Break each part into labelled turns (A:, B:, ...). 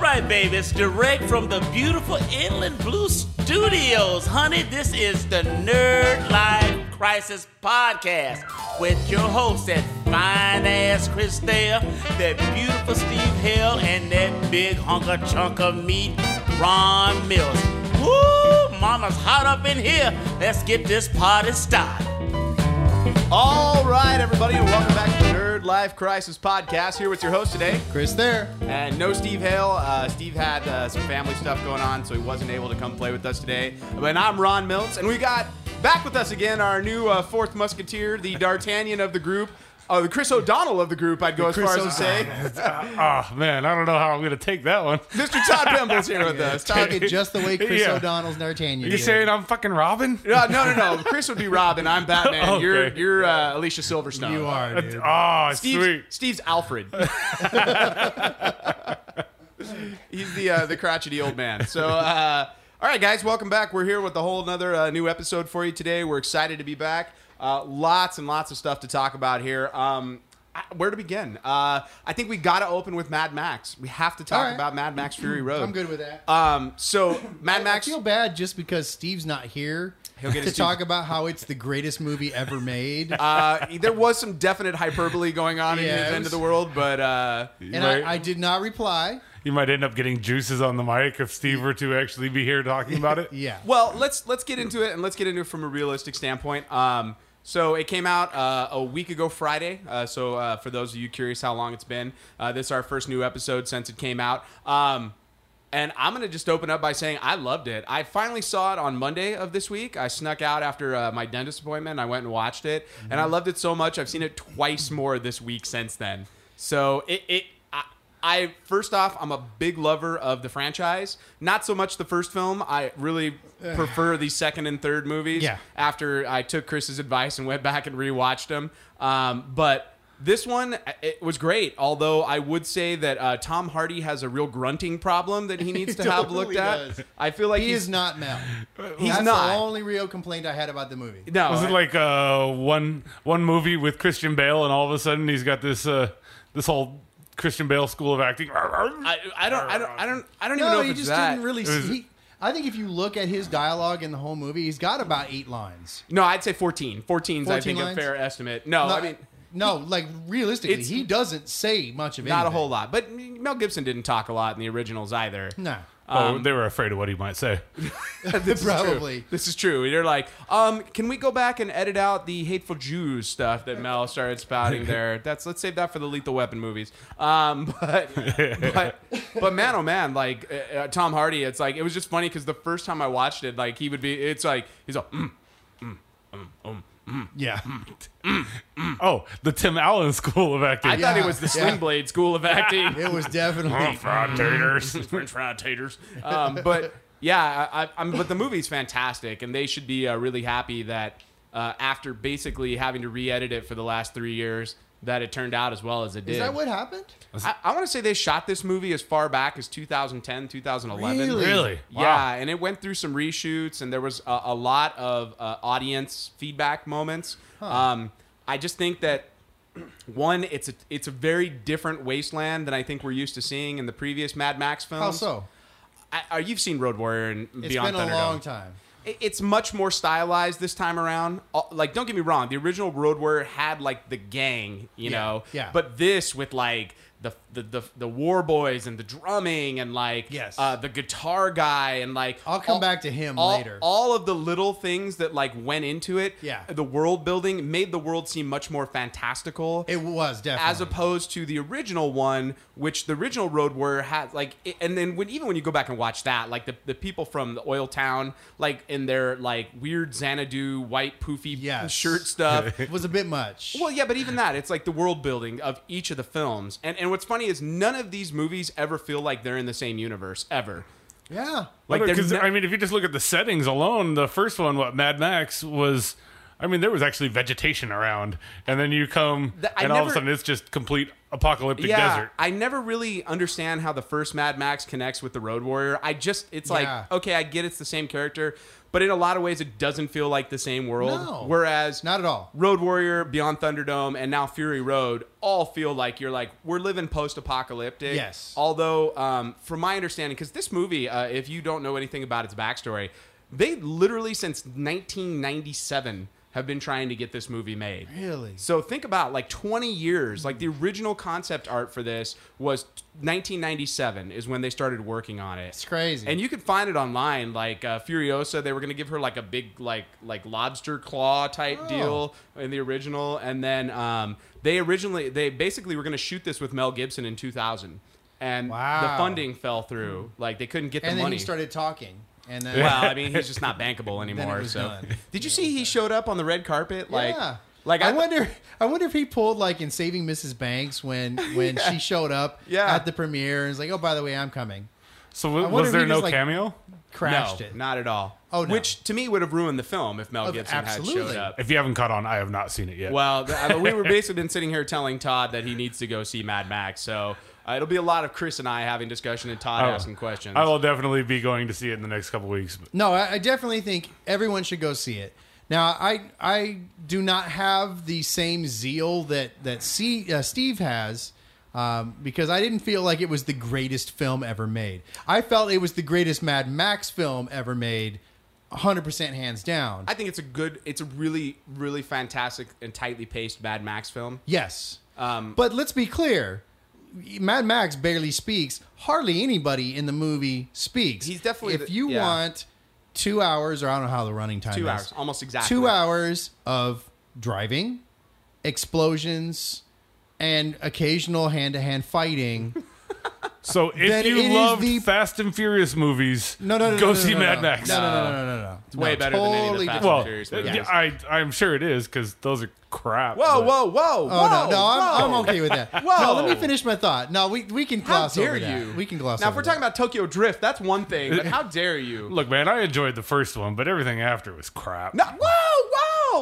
A: It's direct from the beautiful Inland Blue Studios. Honey, this is the Nerd Life Crisis Podcast with your hosts, that fine ass Chris Thayer, that beautiful Steve Hill, and that big hunk of chunk of meat, Ron Mills. Woo! Mama's hot up in here. Let's get this party started.
B: All right, everybody, and welcome back to the Nerd Life Crisis Podcast. Here with your host today, Chris There, and no Steve Hale. Uh, Steve had uh, some family stuff going on, so he wasn't able to come play with us today. But I'm Ron Miltz, and we got back with us again our new uh, fourth musketeer, the D'Artagnan of the group, uh, the Chris O'Donnell of the group. I'd go as far as to say,
C: Oh man, I don't know how I'm gonna take that one.
B: Mr. Todd Pimble's here with us. Todd,
D: Take it just the way Chris
C: Yeah.
D: O'Donnell's D'Artagnan.
C: You
D: did.
C: saying I'm fucking Robin?
B: no, Uh, no, no, no. Chris would be Robin. I'm Batman.
C: Okay.
B: You're you're uh, Alicia Silverstone.
D: you are, dude.
C: Oh,
B: Steve's,
C: sweet.
B: Steve's Alfred. He's the uh, the crotchety old man. So, uh, all right, guys, welcome back. We're here with a whole another uh, new episode for you today. We're excited to be back. Uh, lots and lots of stuff to talk about here. Um, I- where to begin? Uh, I think we got to open with Mad Max. We have to talk
D: All right.
B: about Mad Max Fury Road.
D: I'm good with that.
B: Um, so Mad
D: I
B: Max.
D: feel bad just because Steve's not here
B: He'll get
D: to
B: his Steve.
D: talk about how it's the greatest movie ever made.
B: uh, there was some definite hyperbole going on in
D: Yeah,
B: his
D: it
B: end of
D: was-
B: the world, but uh,
D: and
C: Right.
D: I, I did not reply.
C: You might end up getting juices on the mic if Steve were to actually be here talking about it.
D: Yeah.
B: Well, let's let's get into it and let's get into it from a realistic standpoint. Um, so it came out uh, a week ago Friday. Uh, so uh, for those of you curious how long it's been, uh, this is our first new episode since it came out. Um, and I'm gonna just open up by saying I loved it. I finally saw it on Monday of this week. I snuck out after uh, my dentist appointment. I went and watched it, and I loved it so much. I've seen it twice more this week since then. So it, it I, I first off, I'm a big lover of the franchise. Not so much the first film. I really prefer the second and third movies.
D: Eh. Yeah.
B: After I took Chris's advice and went back and rewatched them, um, but. This one I- it was great, although I would say that uh, Tom Hardy has a real grunting problem that he needs to have
D: totally
B: looked at.
D: does.
B: I feel like
D: he
B: he's
D: is not Mel.
B: He's
D: That's
B: not.
D: the only real complaint I had about the movie.
B: no.
C: Was it like uh, one one movie with Christian Bale, and all of a sudden he's got this uh, this whole Christian Bale school of acting?
B: I, I don't, I don't, I don't, I don't even
D: No,
B: know if
D: you
B: it's
D: just
B: that.
D: didn't really
C: It was-
D: see. I think if you look at his dialogue in the whole movie, he's got about eight lines.
B: No, I'd say 14. 14 is, I
D: 14
B: think,
D: lines?
B: a fair estimate. No,
D: No,
B: Oh, I mean,
D: no, like realistically,
B: it's-
D: he doesn't say much of anything.
B: not a whole lot. But Mel Gibson didn't talk a lot in the originals either.
D: No.
B: um,
C: oh, they were afraid of what he might say.
B: this Is
D: Probably.
B: true. This is true. They're like, um, can we go back and edit out the hateful Jews stuff that Mel started spouting there? That's let's save that for the Lethal Weapon movies. Um, but but but man, oh man, like uh, uh, Tom Hardy, it's like it was just funny because the first time I watched it, like he would be, it's like he's like, mm,
D: Yeah.
C: Oh, the Tim Allen school of acting.
B: I thought it
D: Yeah,
B: was the
D: yeah.
B: Slim Blade School of Acting.
D: It was definitely
C: Oh, fried taters.
B: French fried taters. Um, but yeah, I, I, I'm, but the movie's fantastic, and they should be uh, really happy that uh, after basically having to re-edit it for the last three years, that it turned out as well as it did.
D: Is that what happened?
B: I, I want to say they shot this movie as far back as 2010, 2011.
D: Really?
C: really?
B: Yeah, and it went through some reshoots, and there was a, a lot of uh, audience feedback moments. Um, I just think that one, it's a it's a very different wasteland than I think we're used to seeing in the previous Mad Max films.
D: How so?
B: I, I, you've seen Road Warrior and
D: It's
B: Beyond
D: been a
B: Thunderdome.
D: long time.
B: It- It's much more stylized this time around. Uh, Like, don't get me wrong, the original Road Warrior had like the gang, you
D: Yeah,
B: know.
D: yeah.
B: But this with like the the the, the War Boys and the drumming and like
D: Yes.
B: uh, the guitar guy and like
D: I'll come back to him
B: all-
D: later.
B: All of the little things that like went into it.
D: Yeah.
B: The world building made the world seem much more fantastical
D: It was definitely.
B: as opposed to the original one, which the original Road Warrior had like, it- and then when even when you go back and watch that, like the, the people from the oil town, like in their like weird Xanadu white poofy
D: Yes.
B: shirt stuff.
D: it was a bit much.
B: well, yeah, but even that, it's like the world building of each of the films, and and what's funny is none of these movies ever feel like they're in the same universe ever.
D: yeah.
C: Like,
B: they're
C: 'cause,
B: not-
C: I mean, if you just look at the settings alone, the first one, what Mad Max was I mean, there was actually vegetation around, and then you come,
B: Th- I
C: and all of a
B: never-
C: sudden it's just complete apocalyptic
B: yeah,
C: desert.
B: I never really understand how the first Mad Max connects with the Road Warrior. I just it's
D: Yeah.
B: like okay, I get it's the same character, but in a lot of ways it doesn't feel like the same world.
D: No.
B: Whereas
D: Not at all.
B: Road Warrior, Beyond Thunderdome, and now Fury Road all feel like you're like we're living post-apocalyptic.
D: Yes.
B: Although, um, from my understanding, because this movie, uh, if you don't know anything about its backstory, they literally since 1997 have been trying to get this movie made.
D: Really?
B: So think about like 20 years. Like the original concept art for this was 1997 is when they started working on it.
D: It's crazy.
B: And you could find it online, like uh, Furiosa. They were gonna give her like a big, like like lobster claw type
D: Oh.
B: deal in the original, and then um, they originally they basically were gonna shoot this with Mel Gibson in 2000, and the
D: Wow.
B: funding fell through. Like they couldn't get the
D: and then
B: money.
D: he started talking, and then
B: well, I mean, he's just not bankable anymore.
D: was
B: So,
D: done.
B: did you see he showed up on the red carpet? Like,
D: yeah.
B: like
D: I,
B: th-
D: wonder, I wonder if he pulled like in Saving Mrs. Banks when when she showed up
B: Yeah.
D: at the premiere and was like, "Oh, by the way, I'm coming."
C: So w-
D: I wonder
C: was
D: if
C: there
D: he
C: no
D: just, like,
C: cameo?
D: Crashed
B: no,
D: it.
B: Not at all.
D: Oh, no.
B: Which to me would have ruined the film if Mel
D: Oh,
B: Gibson had
D: absolutely.
B: showed up.
C: If you haven't caught on, I have not seen it yet.
B: Well, th- I mean, we were basically been sitting here telling Todd that he needs to go see Mad Max. So uh, it'll be a lot of Chris and I having discussion and Todd
C: I will-
B: asking questions.
C: Oh. I will definitely be going to see it in the next couple weeks.
D: No, I, I definitely think everyone should go see it. Now, I I do not have the same zeal that that C, uh, Steve has um, because I didn't feel like it was the greatest film ever made. I felt it was the greatest Mad Max film ever made, 100% hands down.
B: I think it's a good, it's a really, really fantastic and tightly paced Mad Max film.
D: yes.
B: Um,
D: But let's be clear. Mad Max barely speaks. Hardly anybody in the movie speaks.
B: He's definitely
D: If
B: the-
D: you
B: yeah.
D: want two hours, or I don't know how the running time
B: two
D: is.
B: hours, almost exactly.
D: Two hours of driving, explosions, and occasional hand to hand fighting.
C: So if
D: Then it
C: you
D: is
C: love
D: the-
C: Fast and Furious movies,
D: No, no, no. no,
C: go
D: no, no,
C: see
D: no,
C: Mad
D: no.
C: Max.
D: No, no, no, no, no, no. It's
B: way better than any of the Fast and
C: Well,
B: Furious
C: yeah,
B: movies.
C: I, I'm sure it is because those are crap.
B: Whoa,
C: but-
B: whoa, whoa,
D: Oh
B: whoa!
D: no, no, I'm, I'm
B: whoa.
D: okay with that.
B: Whoa.
D: No, let me finish my thought. No, we, we can
B: How
D: gloss
B: dare
D: over that.
B: you?
D: We can gloss
B: Now,
D: over
B: if we're
D: that.
B: talking about Tokyo Drift, that's one thing. But how dare you?
C: Look, man, I enjoyed the first one, but everything after was crap.
B: No, whoa,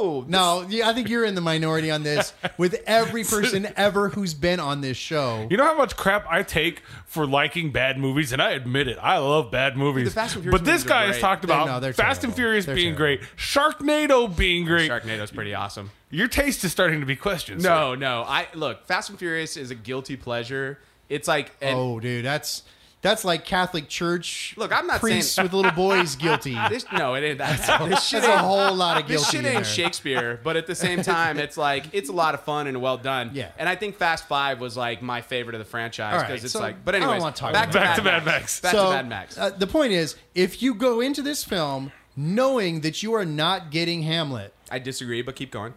B: whoa!
D: No, yeah, I think you're in the minority on this with every person ever who's been on this show.
C: You know how much crap I take for liking bad movies, and I admit it. I love bad movies.
B: Fast and Furious
C: but this
B: movies are
C: guy has
B: great.
C: talked
D: They're-
C: about
D: no, they're
C: Fast and
D: terrible.
C: Furious
D: They're
C: being great,
D: terrible.
C: Sharknado being great.
B: Sharknado's pretty awesome.
C: Your taste is starting to be questioned. sir.
B: No, no. I look. Fast and Furious is a guilty pleasure. It's like, and
D: oh, dude, that's that's like Catholic Church.
B: Look, I'm not
D: priests
B: saying-
D: with little boys guilty.
B: this, no, it ain't that. This shit
D: That's a
B: ain't.
D: whole lot of guilty.
B: This shit
D: in
B: ain't
D: there.
B: Shakespeare, but at the same time, it's like it's a lot of fun and well done.
D: Yeah.
B: And I think Fast Five was like my favorite of the franchise
D: All right,
B: because it's
D: so
B: like. But
D: I don't
B: anyways,
D: wanna talk
B: back,
D: about
B: to Mad
C: Back to Mad Max.
B: Back
D: so,
B: to Mad Max.
D: uh, the point is, if you go into this film knowing that you are not getting Hamlet,
B: I disagree, but keep going.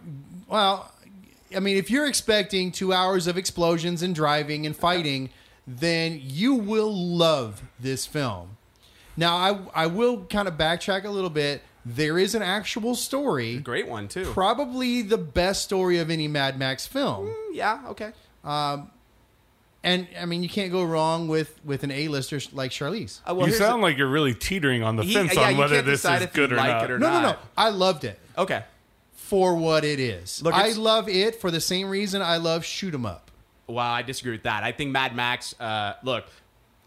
D: well, I mean, if you're expecting two hours of explosions and driving and fighting, then you will love this film. Now, I I will kind of backtrack a little bit. There is an actual story,
B: Great one too.
D: probably the best story of any Mad Max film.
B: yeah. Okay.
D: And I mean, you can't go wrong with with an A-lister sh- like Charlize.
B: Uh, well,
C: you
B: here's
C: sound
B: the-
C: like you're really teetering on the
B: He-
C: fence
B: yeah,
C: on
B: you
C: whether
B: can't
C: this
B: decide
C: is
B: if
C: good
B: you
C: or
B: like
C: not.
B: it or
D: No, no, no.
B: not.
D: I loved it.
B: okay.
D: for what it is.
B: Look,
D: I
B: it's-
D: love it for the same reason I love shoot 'em up.
B: Well, I disagree with that. I think Mad Max. Uh, look,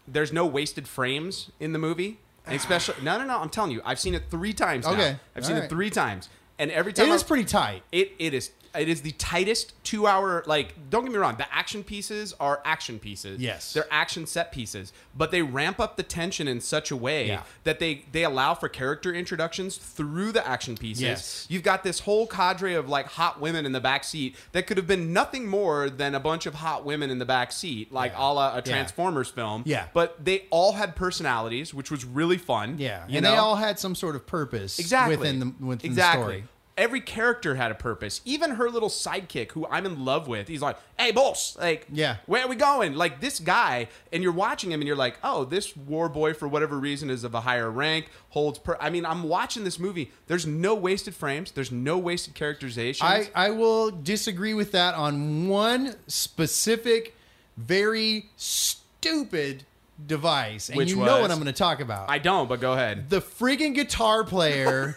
B: there's no wasted frames in the movie, and especially no, no, no. I'm telling you, I've seen it three times. now.
D: Okay,
B: I've seen it
D: alright.
B: three times, and every
D: It
B: time
D: is
B: I-
D: pretty tight.
B: It it is it is the tightest two hour. Like, don't get me wrong, the action pieces are action pieces.
D: Yes.
B: they're action set pieces, but they ramp up the tension in such a way
D: Yeah.
B: that they they allow for character introductions through the action pieces.
D: Yes.
B: You've got this whole cadre of like hot women in the back seat that could have been nothing more than a bunch of hot women in the back seat, like
D: Yeah.
B: a la a
D: Yeah.
B: Transformers film.
D: Yeah.
B: But they all had personalities, which was really fun.
D: Yeah,
B: You
D: and
B: know?
D: they all had some sort of purpose
B: exactly
D: within the within
B: exactly.
D: the story.
B: Every character had a purpose. Even her little sidekick, who I'm in love with, he's like, "Hey, boss, like,
D: Yeah.
B: where are we going?" Like this guy, and you're watching him, and you're like, "Oh, this war boy, for whatever reason, is of a higher rank, holds." Per- I mean, I'm watching this movie. There's no wasted frames. There's no wasted characterizations.
D: I I will disagree with that on one specific, very stupid device, and
B: Which
D: you know
B: was-
D: what I'm going to talk about.
B: I don't, but go ahead.
D: the friggin' guitar player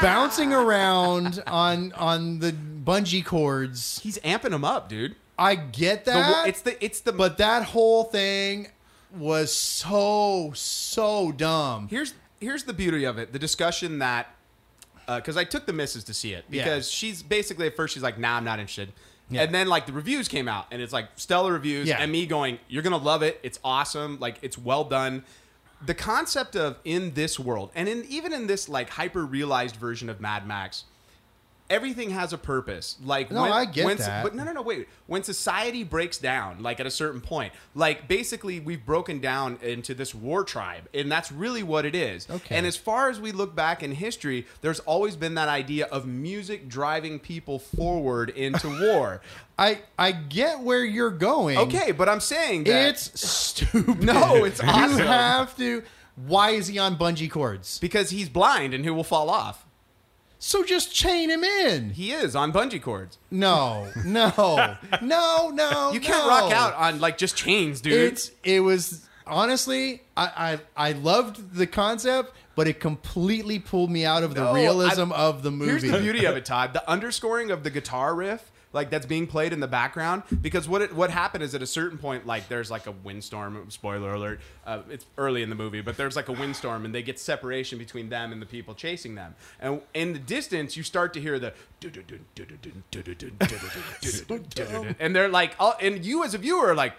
D: bouncing around on on the bungee cords.
B: He's amping him up, dude.
D: I get
B: The wo-
D: that.
B: it's the it's the
D: but that whole thing was so so dumb.
B: here's here's the beauty of it the discussion that because i took the missus to see it
D: Yeah.
B: because she's basically at first she's like nah i'm not interested
D: Yeah.
B: and then like the reviews came out and it's like stellar reviews
D: Yeah.
B: and me going you're gonna love it it's awesome like it's well done the concept of in this world and in even in this like hyper realized version of mad max everything has a purpose like
D: No, I get
B: when,
D: that.
B: but no no no wait when society breaks down like at a certain point like basically we've broken down into this war tribe and that's really what it is
D: Okay.
B: and as far as we look back in history, there's always been that idea of music driving people forward into war.
D: I I get where you're going.
B: Okay, but I'm saying that
D: it's stupid.
B: No, it's awesome.
D: You have to. Why is he on bungee cords?
B: because he's blind and he will fall off.
D: So just chain him in.
B: He is on bungee cords.
D: No, no, no, no.
B: You can't
D: no.
B: rock out on like just chains, dude.
D: It's it was honestly, I I, I loved the concept, but it completely pulled me out of the
B: No,
D: realism
B: I-
D: of the movie.
B: Here's the beauty of it, Todd. The underscoring of the guitar riff, like that's being played in the background, because what it, what happened is at a certain point, like there's like a windstorm. Spoiler alert! Uh, it's early in the movie, but there's like a windstorm, and they get separation between them and the people chasing them. And in the distance, you start to hear the and they're like, all- and you as a viewer are like.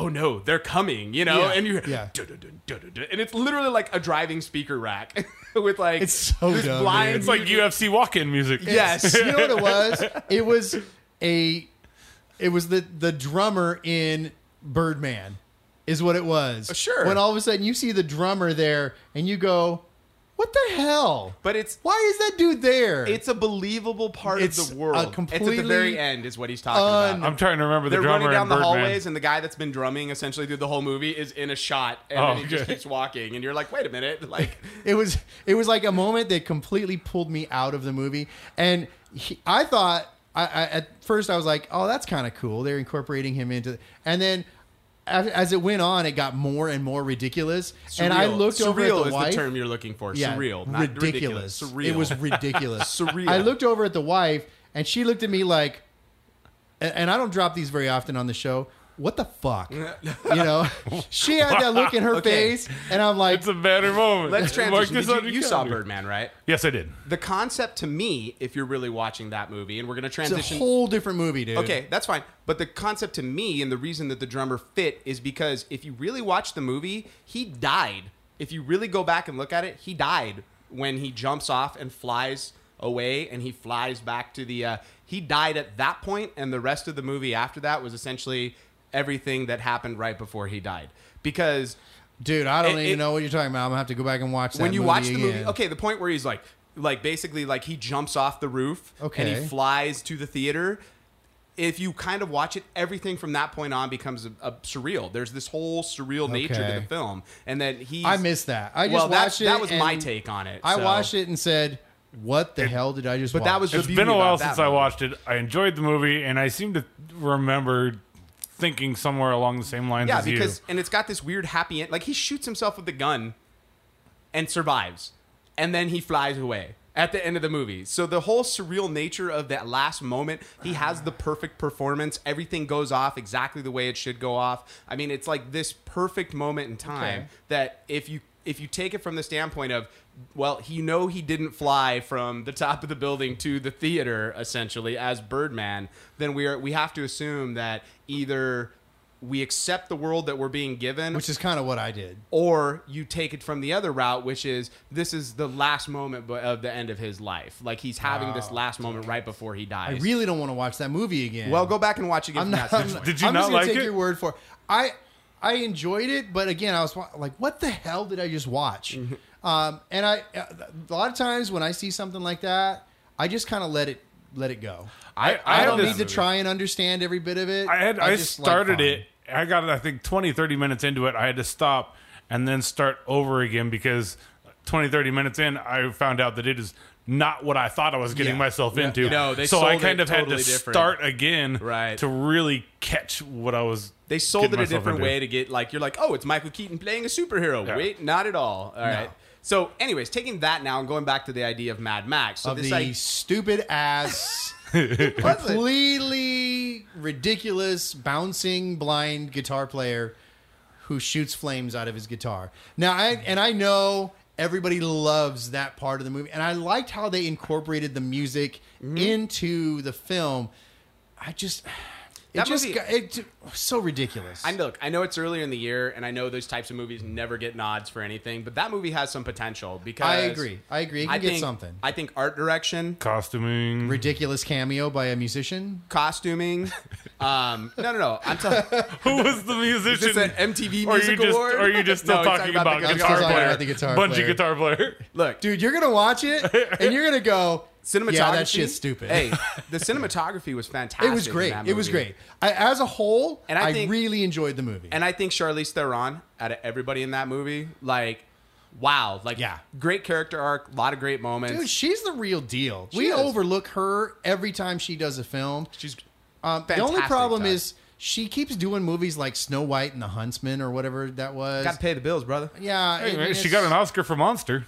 B: Oh no, they're coming, you know,
D: Yeah,
B: and you're
D: yeah.
B: and it's literally like a driving speaker rack with like
D: It's so
B: this
D: dumb,
B: blind
D: dude.
C: It's like UFC walk-in music.
B: Yes.
D: you know what it was? It was a it was the the drummer in Birdman is what it was.
B: Uh, Sure.
D: When all of a sudden you see the drummer there and you go, "What the hell?"
B: But it's
D: why is that dude there?
B: it's a believable part
D: It's
B: of
D: a
B: the world. it's at
D: completely
B: the very end is what he's talking
D: un-
B: about.
C: I'm trying to remember the
B: They're
C: drummer
B: running down
C: in
B: the
C: Birdman.
B: hallways, and the guy that's been drumming essentially through the whole movie is in a shot, and
C: Oh,
B: then he just
C: okay.
B: keeps walking, and you're like, "Wait a minute!" Like,
D: it was it was like a moment that completely pulled me out of the movie and he, i thought I, I at first i was like oh that's kind of cool they're incorporating him into and then as, as it went on it got more and more ridiculous and i
B: surreal.
D: looked
B: surreal
D: over at the
B: is
D: wife
B: the term you're looking for.
D: yeah,
B: surreal, not ridiculous.
D: ridiculous.
B: Surreal.
D: It was ridiculous.
B: Surreal.
D: I looked over at the wife, and she looked at me like, and, and I don't drop these very often on the show. What the fuck? you know, she had that look in her
B: Okay.
D: face, and I'm like,
C: It's a better moment.
B: Let's
C: Mark
B: transition.
C: this
B: Did
C: on
B: you,
C: your
B: you saw
C: calendar.
B: Birdman, right?
C: Yes, I did.
B: The concept to me, if you're really watching that movie, and we're going to
D: it's a
B: transition
D: whole different movie, dude.
B: Okay, that's fine. But the concept to me and the reason that the drummer fit is because if you really watch the movie, he died. If you really go back and look at it, he died when he jumps off and flies away and he flies back to the. Uh, he died at that point, and the rest of the movie after that was essentially everything that happened right before he died. Because
D: dude, I don't
B: It-
D: even
B: it-
D: know what you're talking about. I'm gonna have to go back and watch that.
B: when you
D: movie
B: watch the movie,
D: again.
B: okay, the point where he's like, like basically, like he jumps off the roof and
D: Okay.
B: he flies to the theater. If you kind of watch it, everything from that point on becomes a, a surreal. There's this whole surreal nature to
D: Okay.
B: the film, and then he.
D: I missed that. I just
B: well, that's-
D: watched it.
B: That was my
D: and
B: take on it.
D: I
B: so.
D: watched it and said, "What the hell did I just?"
B: But
D: watch?
B: that was the
C: It's
B: beauty
C: been a while
B: about that
C: since I
B: movie.
C: watched it. I enjoyed the movie, and I seem to remember thinking somewhere along the same lines
B: Yeah,
C: as
B: because
C: you.
B: and it's got this weird happy end. Like he shoots himself with the gun, and survives, and then he flies away at the end of the movie. So the whole surreal nature of that last moment, he has the perfect performance. Everything goes off exactly the way it should go off. I mean, it's like this perfect moment in time
D: Okay.
B: that if you if you take it from the standpoint of well, he know he didn't fly from the top of the building to the theater essentially as Birdman, then we are we have to assume that either we accept the world that we're being given
D: which is kind of what I did.
B: or you take it from the other route, which is this is the last moment bu- of the end of his life. Like he's having this last moment right before he
D: I
B: dies.
D: really don't want to watch that movie again.
B: well, go back and watch again.
D: I'm
B: from
D: not.
B: that
D: I'm,
B: standpoint.
C: Did you
D: I'm
C: not
D: just gonna
C: like
D: take
C: it?
D: your word for it. I I enjoyed it, but again, I was wa- like, "What the hell did I just watch?"
C: Mm-hmm.
D: um, and I a lot of times when I see something like that, I just kind of let it let it go.
B: I,
C: I
D: I,
C: had
D: don't
C: this
D: need to
C: movie.
D: try and understand every bit of it.
C: I had I,
D: just like
C: started
D: fine.
C: it. I got I think 20, 30 minutes into it. I had to stop and then start over again because 20, 30 minutes in, I found out that it is not what I thought I was getting
D: Yeah.
C: myself
D: Yeah.
C: into.
B: No, they
C: so
B: sold
C: I
B: it
C: kind of had to
B: totally different.
C: start again
B: Right.
C: to really catch what I was.
B: they sold it
C: getting
B: a
C: myself
B: different
C: into.
B: way to get like you're like, oh, it's Michael Keaton playing a superhero.
C: Yeah.
B: Wait, not at all. All right. So, anyways, taking that now and going back to the idea of Mad Max. So
D: of
B: this
D: the
B: I,
D: stupid ass, completely ridiculous, bouncing blind guitar player who shoots flames out of his guitar. Now, I
B: Mm.
D: and I know everybody loves that part of the movie, and I liked how they incorporated the music
B: Mm-hmm.
D: into the film. I just. It
B: That
D: just
B: movie-
D: got, it, so ridiculous.
B: I look, I know it's earlier in the year, and I know those types of movies never get nods for anything, but that movie has some potential because
D: I agree. I agree. It can
B: I
D: get
B: think-
D: something.
B: I think art direction,
C: Costuming.
D: ridiculous cameo by a musician.
B: costuming. um, no, no, no. I'm telling.
C: Who was the
B: Is this
C: musician?
B: an MTV
C: Or are you
B: Music
C: just,
B: Award?
C: or are you just
B: No,
C: still
B: it's
C: talking about,
D: guitar
C: guitar,
D: player.
C: player?
D: The guitar
C: Bungee
D: player.
C: guitar player.
B: Look,
D: Dude, you're gonna watch it and you're gonna go
B: cinematography.
D: Yeah, that shit's stupid.
B: Hey, the cinematography was fantastic.
D: it was great.
B: in that
D: It was
B: movie.
D: great. I, as a whole,
B: And
D: I,
B: I think-
D: really enjoyed the movie.
B: And I think Charlize Theron, out of everybody in that movie, like, wow, like,
D: Yeah.
B: great character arc, a lot of great moments.
D: Dude, she's the real deal.
B: She
D: we
B: is.
D: overlook her every time she does a film.
B: she's
D: Um, the only
B: fantastic
D: problem
B: does.
D: is she keeps doing movies like Snow White and the Huntsman or whatever that was.
B: got to pay the bills, brother.
D: yeah,
C: Hey,
D: it-
C: man, she
D: it's-
C: got an Oscar for Monster.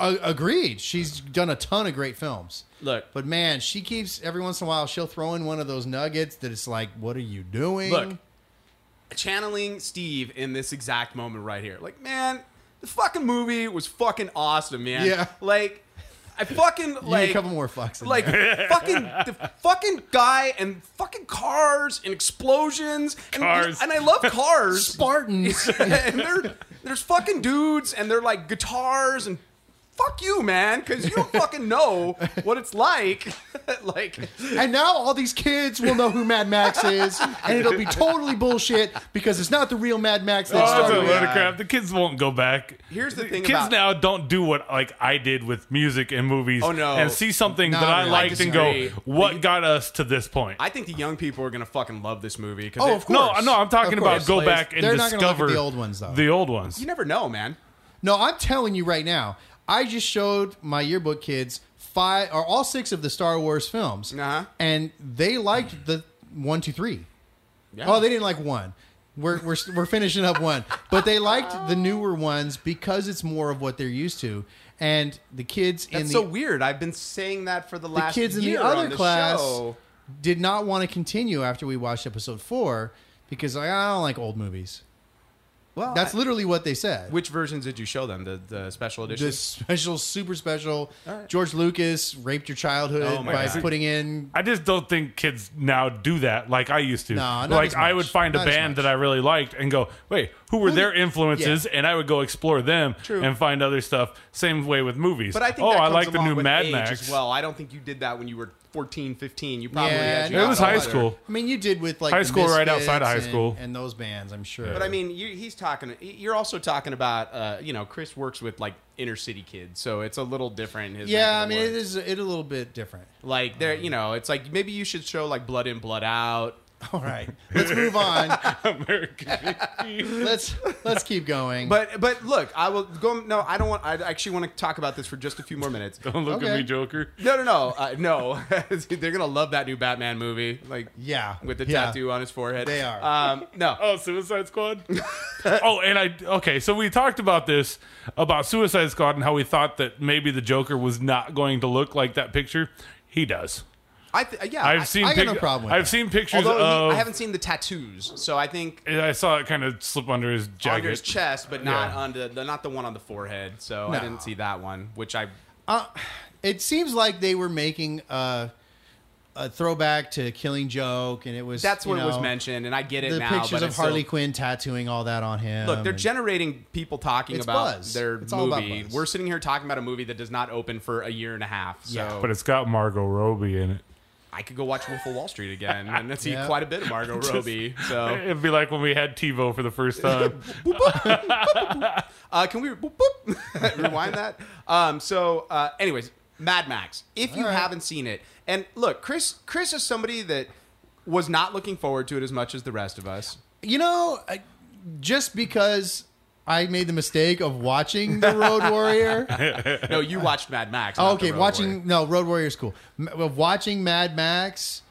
D: A- agreed. She's done a ton of great films.
B: Look.
D: but man, she keeps every once in a while she'll throw in one of those nuggets that it's like, what are you doing?
B: Look, channeling Steve in this exact moment right here. Like, man, the fucking movie was fucking awesome, man.
D: Yeah.
B: Like, I fucking
D: you need
B: like
D: a couple more fucks. in
B: like
D: there.
B: fucking the fucking guy and fucking cars and explosions and,
C: Cars.
B: and I love cars.
D: Spartans.
B: and there, there's fucking dudes and they're like guitars and fuck you, man, because you don't fucking know what it's like. like,
D: And now all these kids will know who Mad Max is, and it'll be totally bullshit because it's not the real Mad Max that
C: Oh, that's a
D: started.
C: load
D: with.
C: of crap. The kids won't go back.
B: Here's the thing
C: kids
B: about-
C: now don't do what like I did with music and movies.
B: Oh, no.
C: and see something
D: No,
C: that I
D: no, I
C: liked and go,
B: disagree.
C: what got us to this point?
B: I think the young people are gonna fucking love this movie because
D: Oh, of course.
C: no, no, I'm talking
D: Of
C: about
D: course.
C: go back and
D: They're not gonna look at
C: discover
D: the old ones, though.
C: The old ones.
B: you never know, man.
D: No, I'm telling you right now. I just showed my yearbook kids five or all six of the Star Wars films,
B: Uh-huh.
D: and they liked the one, two, three.
B: Yeah.
D: Oh, they didn't like one. We're, we're, we're finishing up one, but they liked the newer ones because it's more of what they're used to. And the kids in
B: That's
D: the
B: so weird. I've been saying that for the
D: the
B: last
D: kids in the
B: year
D: other
B: on
D: class
B: show.
D: did not want to continue after we watched episode four because like, I don't like old movies.
B: Well,
D: That's
B: I-
D: literally what they said.
B: which versions did you show them? The the special edition.
D: the special, super special.
B: All right.
D: George Lucas raped your childhood
B: Oh my
D: by
B: God.
D: putting in.
C: I just don't think kids now do that like I used to.
D: No, not
C: like
D: as
C: I
D: much.
C: would find a
D: Not as
C: band
D: much.
C: that I really liked and go, wait, who were their influences? And I would go explore them
B: True.
C: and find other stuff. Same way with movies.
B: but I think
C: oh,
B: that
C: I
B: comes
C: like the
B: along
C: new
B: with
C: Mad
B: age
C: Max.
B: as well. I don't think you did that when you were 14, 15. You probably had
D: no,
B: you
C: It was
B: out
C: high
B: older.
C: school.
D: I mean, you did with like
C: High
D: the
C: school right outside of high
D: Misfits and-
C: school.
D: and, those bands. I'm sure.
B: But I mean, you, he's talking. You're also talking about, uh, you know, Chris works with like inner city kids, so it's a little different. His
D: yeah,
B: method
D: I
B: of
D: mean,
B: work.
D: it is it a little bit different.
B: like there. You know, it's like maybe you should show like blood in, blood out.
D: All right, let's move on.
C: American.
D: let's let's keep going.
B: But but look, I will go. No, I don't want. I actually want to talk about this for just a few more minutes.
C: don't look
D: Okay.
C: at me, Joker.
B: No, no, no, uh, no. They're gonna love that new Batman movie. Like,
D: yeah,
B: with the
D: yeah.
B: tattoo on his forehead.
D: They are.
B: Um, no,
C: Oh, Suicide Squad. oh, and I okay. So we talked about this about Suicide Squad and how we thought that maybe the Joker was not going to look like that picture. He does.
B: I th- yeah. I-
C: I've seen.
D: I got no
C: pic-
D: problem with
C: I've
D: that.
C: seen pictures
B: Although
C: of.
B: he, I haven't seen the tattoos, so I think
C: And I saw it kind of slip under his jacket.
B: under his chest, but not
C: Yeah.
B: on the, the not the one on the forehead. So I
D: No.
B: didn't see that one, which I
D: it seems like they were making a, a throwback to Killing Joke, and it was
B: that's
D: you
B: what was
D: know,
B: mentioned, and I get it
D: The
B: now.
D: pictures
B: but
D: of
B: it's
D: Harley
B: still-
D: Quinn tattooing all that on him.
B: Look, they're
D: and-
B: generating people talking
D: It's
B: about
D: buzz.
B: their
D: It's all about
B: movie.
D: buzz.
B: We're sitting here talking about a movie that does not open for a year and a half. So
D: Yeah.
C: But it's got Margot Robbie in it.
B: I could go watch Wolf of Wall Street again and see
D: Yeah.
B: quite a bit of Margot Robbie.
D: Oh.
B: So
C: It'd be like when we had TiVo for the first time.
B: Uh, can we boop, boop, rewind that? Um, so, uh, anyways, Mad Max. If you
D: All right.
B: haven't seen it, and look, Chris, Chris is somebody that was not looking forward to it as much as the rest of us.
D: You know, I, just because I made the mistake of watching The Road Warrior.
B: No, you watched Mad Max. not
D: okay,
B: The Road
D: watching
B: Warrior.
D: no Road Warrior's cool. M- well, watching Mad Max.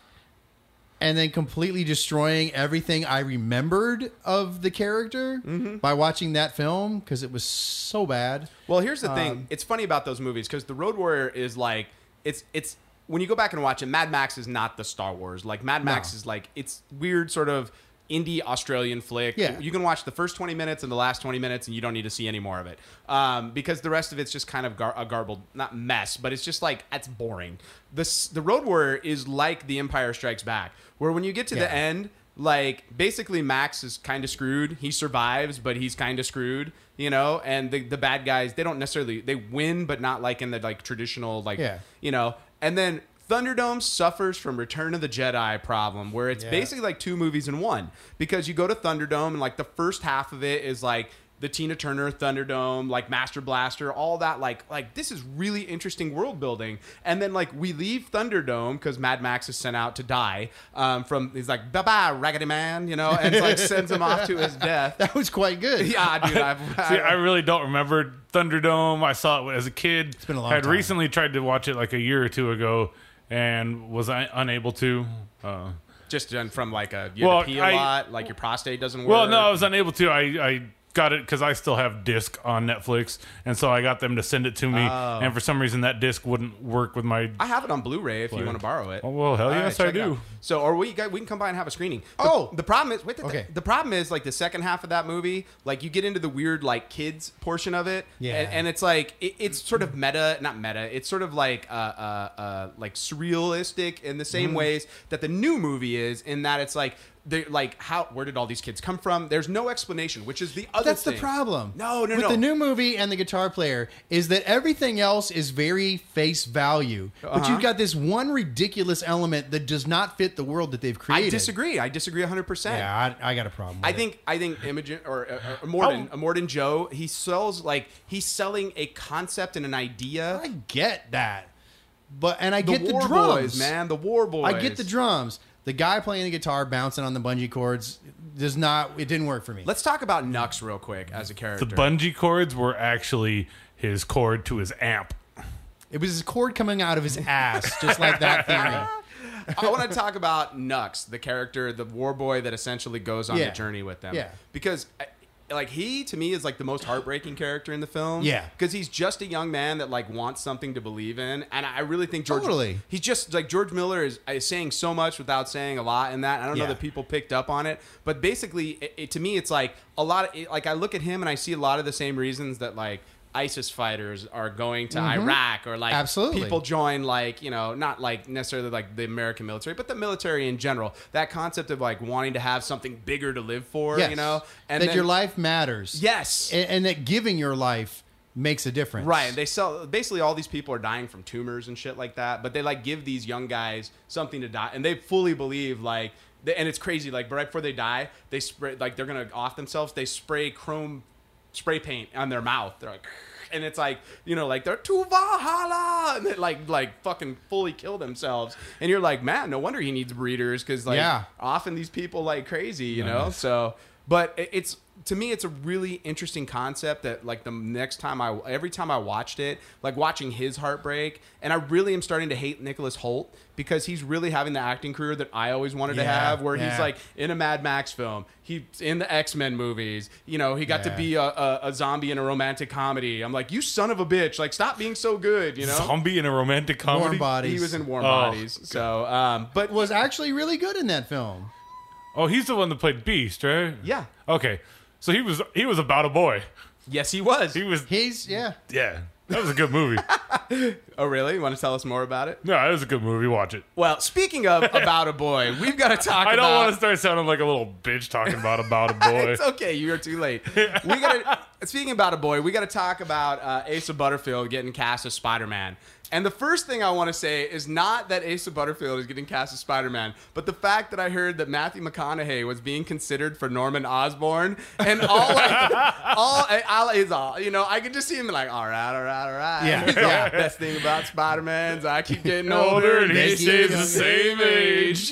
D: and then completely destroying everything I remembered of the character
B: Mm-hmm.
D: by watching that film because it was so bad.
B: Well, here's
D: Um,
B: the thing. it's funny about those movies because the Road Warrior is like it's it's when you go back and watch it. Mad Max is not the Star Wars. Like Mad Max is like it's weird sort of indie Australian flick.
D: Yeah.
B: you can watch the first 20 minutes and the last 20 minutes and you don't need to see any more of it um, because the rest of it's just kind of gar- a garbled not mess but it's just like it's boring this the road warrior is like the empire strikes back where when you get to the
D: Yeah.
B: end like basically max is kind of screwed he survives but he's kind of screwed you know and the, the bad guys they don't necessarily they win but not like in the like traditional like
D: Yeah.
B: you know and then thunderdome suffers from return of the jedi problem where it's
D: Yeah.
B: basically like two movies in one because you go to thunderdome and like the first half of it is like the tina turner thunderdome like master blaster all that like like this is really interesting world building and then like we leave thunderdome because mad max is sent out to die um, from he's like bye-bye raggedy man you know and it's like sends him off to his death
D: That was quite good.
B: yeah dude i've
C: See, I really don't remember Thunderdome. I saw it as a kid. It's
D: been a long
C: I had
D: time.
C: recently tried to watch it like a year or two ago and was I unable to. Uh,
B: just done from like a you had
C: Well,
B: to pee a
C: I-
B: lot like your prostate doesn't work
C: well, no, I was unable to. I, I got it because I still have disc on Netflix, and so I got them to send it to me. And for some reason, that disc wouldn't work with my.
B: Oh. I have it on Blu-ray if you want to borrow it.
C: Oh, well, hell
B: All right,
C: yes, I
B: check it
C: do.
B: out. So, or we got, we can come by and have a screening. The-
D: Oh!
B: the problem is, wait, the,
D: Okay.
B: the problem is like the second half of that movie, like you get into the weird like kids portion of it,
D: Yeah.
B: and, and it's like it, it's sort of meta, not meta. It's sort of like uh, uh, uh, like surrealistic in the same
D: Mm-hmm.
B: ways that the new movie is, in that it's like. They're like how where did all these kids come from there's no explanation which is the other
D: That's the
B: thing.
D: problem.
B: no no
D: With
B: no
D: the new movie and the guitar player is that everything else is very face value, but
B: Uh-huh.
D: you've got this one ridiculous element that does not fit the world that they've
B: i
D: created.
B: disagree i disagree 100%
D: Yeah, Oh. I, I got a problem. With
B: I
D: it.
B: think I think Imogen or uh, uh, Morden, uh, Morden Joe. He sells like he's selling a concept and an idea.
D: I get that, but and I get the
B: War
D: drums,
B: Boys, man. The War Boys.
D: I get the drums. The guy playing the guitar bouncing on the bungee cords does not. It didn't work for me.
B: Let's talk about Nux real quick as a
C: The
B: character.
C: bungee cords were actually his cord to his amp.
D: it was his cord coming out of his ass, just like that theory.
B: I want to talk about Nux, the character, the war boy that essentially goes on
D: Yeah.
B: the journey with them.
D: Yeah.
B: Because, I- like, he to me is like the most heartbreaking character in the film.
D: Yeah.
B: Because he's just a young man that like wants something to believe in, and I really think George.
D: Totally.
B: He's just like George Miller is, is saying so much without saying a lot in that. I don't
D: Yeah.
B: know that people picked up on it, but basically, it, it- to me, it's like a lot of it, like I look at him and I see a lot of the same reasons that like. ISIS fighters are going to
D: Mm-hmm.
B: Iraq, or like
D: Absolutely.
B: people join like you know not like necessarily like the american military but the military in general that concept of like wanting to have something bigger to live for
D: Yes.
B: you know
D: and
B: and
D: that
B: then-
D: your life matters.
B: yes
D: and, and that giving your life makes a difference.
B: right they sell basically all these people are dying from tumors and shit like that but they like give these young guys something to die and they fully believe like they, and it's crazy like right before they die they spray like they're gonna off themselves they spray chrome spray paint on their mouth they're like and it's like you know like they're to Valhalla and they like like fucking fully kill themselves and you're like man no wonder he needs breeders because like
D: Yeah.
B: often these people like crazy you know so but it- it's to me it's a really interesting concept that like the next time i every time i watched it like watching his heartbreak and i really am starting to hate nicholas holt because he's really having the acting career that i always wanted to
D: Yeah,
B: have where
D: yeah.
B: he's like in a mad max film he's in the x-men movies you know he got
D: Yeah.
B: to be a, a, a zombie in a romantic comedy i'm like you son of a bitch like stop being so good you know
C: Zombie in a romantic comedy.
D: Warm bodies.
B: he was in warm
C: Oh,
B: bodies so um but
D: was actually really good in that film.
C: Oh, he's the one that played Beast, right?
B: Yeah.
C: Okay, so he was he was about a boy.
B: yes he was
C: He was
D: He's yeah.
C: yeah. That was a good movie.
B: oh really you want to tell us more about it
C: no, that was a good movie. Watch it.
B: Well, speaking of about a boy, we've got to talk.
C: I don't
B: about-
C: want to start sounding like a little bitch talking about about a boy.
B: It's okay. You're too late. We got to speaking about a boy. We got to talk about uh, Asa Butterfield getting cast as Spider Man. And the first thing I want to say is not that Asa Butterfield is getting cast as Spider Man, but the fact that I heard that Matthew McConaughey was being considered for Norman Osborn, and all, like, all, all is all. You know, I could just see him like, all right, all right, all right.
D: Yeah.
B: He's like,
D: Yeah.
B: Best thing about Spider Man's I keep getting
C: Older
B: older,
C: and he
D: Thank you.
C: stays the same age.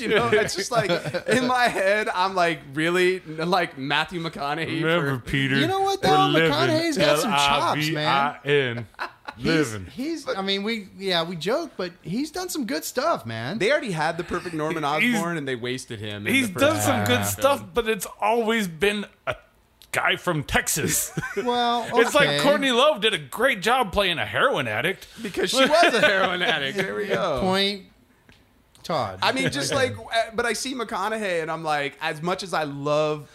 B: you know, it's just like in my head, I'm like really like Matthew McConaughey.
C: Remember,
B: for-
C: Peter.
D: You know what,
C: we're
D: though?
C: living
D: McConaughey's got some chops, man.
C: L-I-V-I-N.
D: He's,
C: living.
D: he's I mean, we yeah, we joke, but he's done some good stuff, man.
B: They already had the perfect Norman
C: He's-
B: Osborn, and they wasted him. in
C: He's
B: the first
C: done some
B: half.
C: good stuff, but it's always been a guy from Texas.
D: well,
C: It's like
D: okay.
C: Courtney Love did a great job playing a heroin addict.
B: because she was a heroin addict. There we go.
D: point Todd.
B: I mean, just like, uh, but I see McConaughey, and I'm like, as much as I love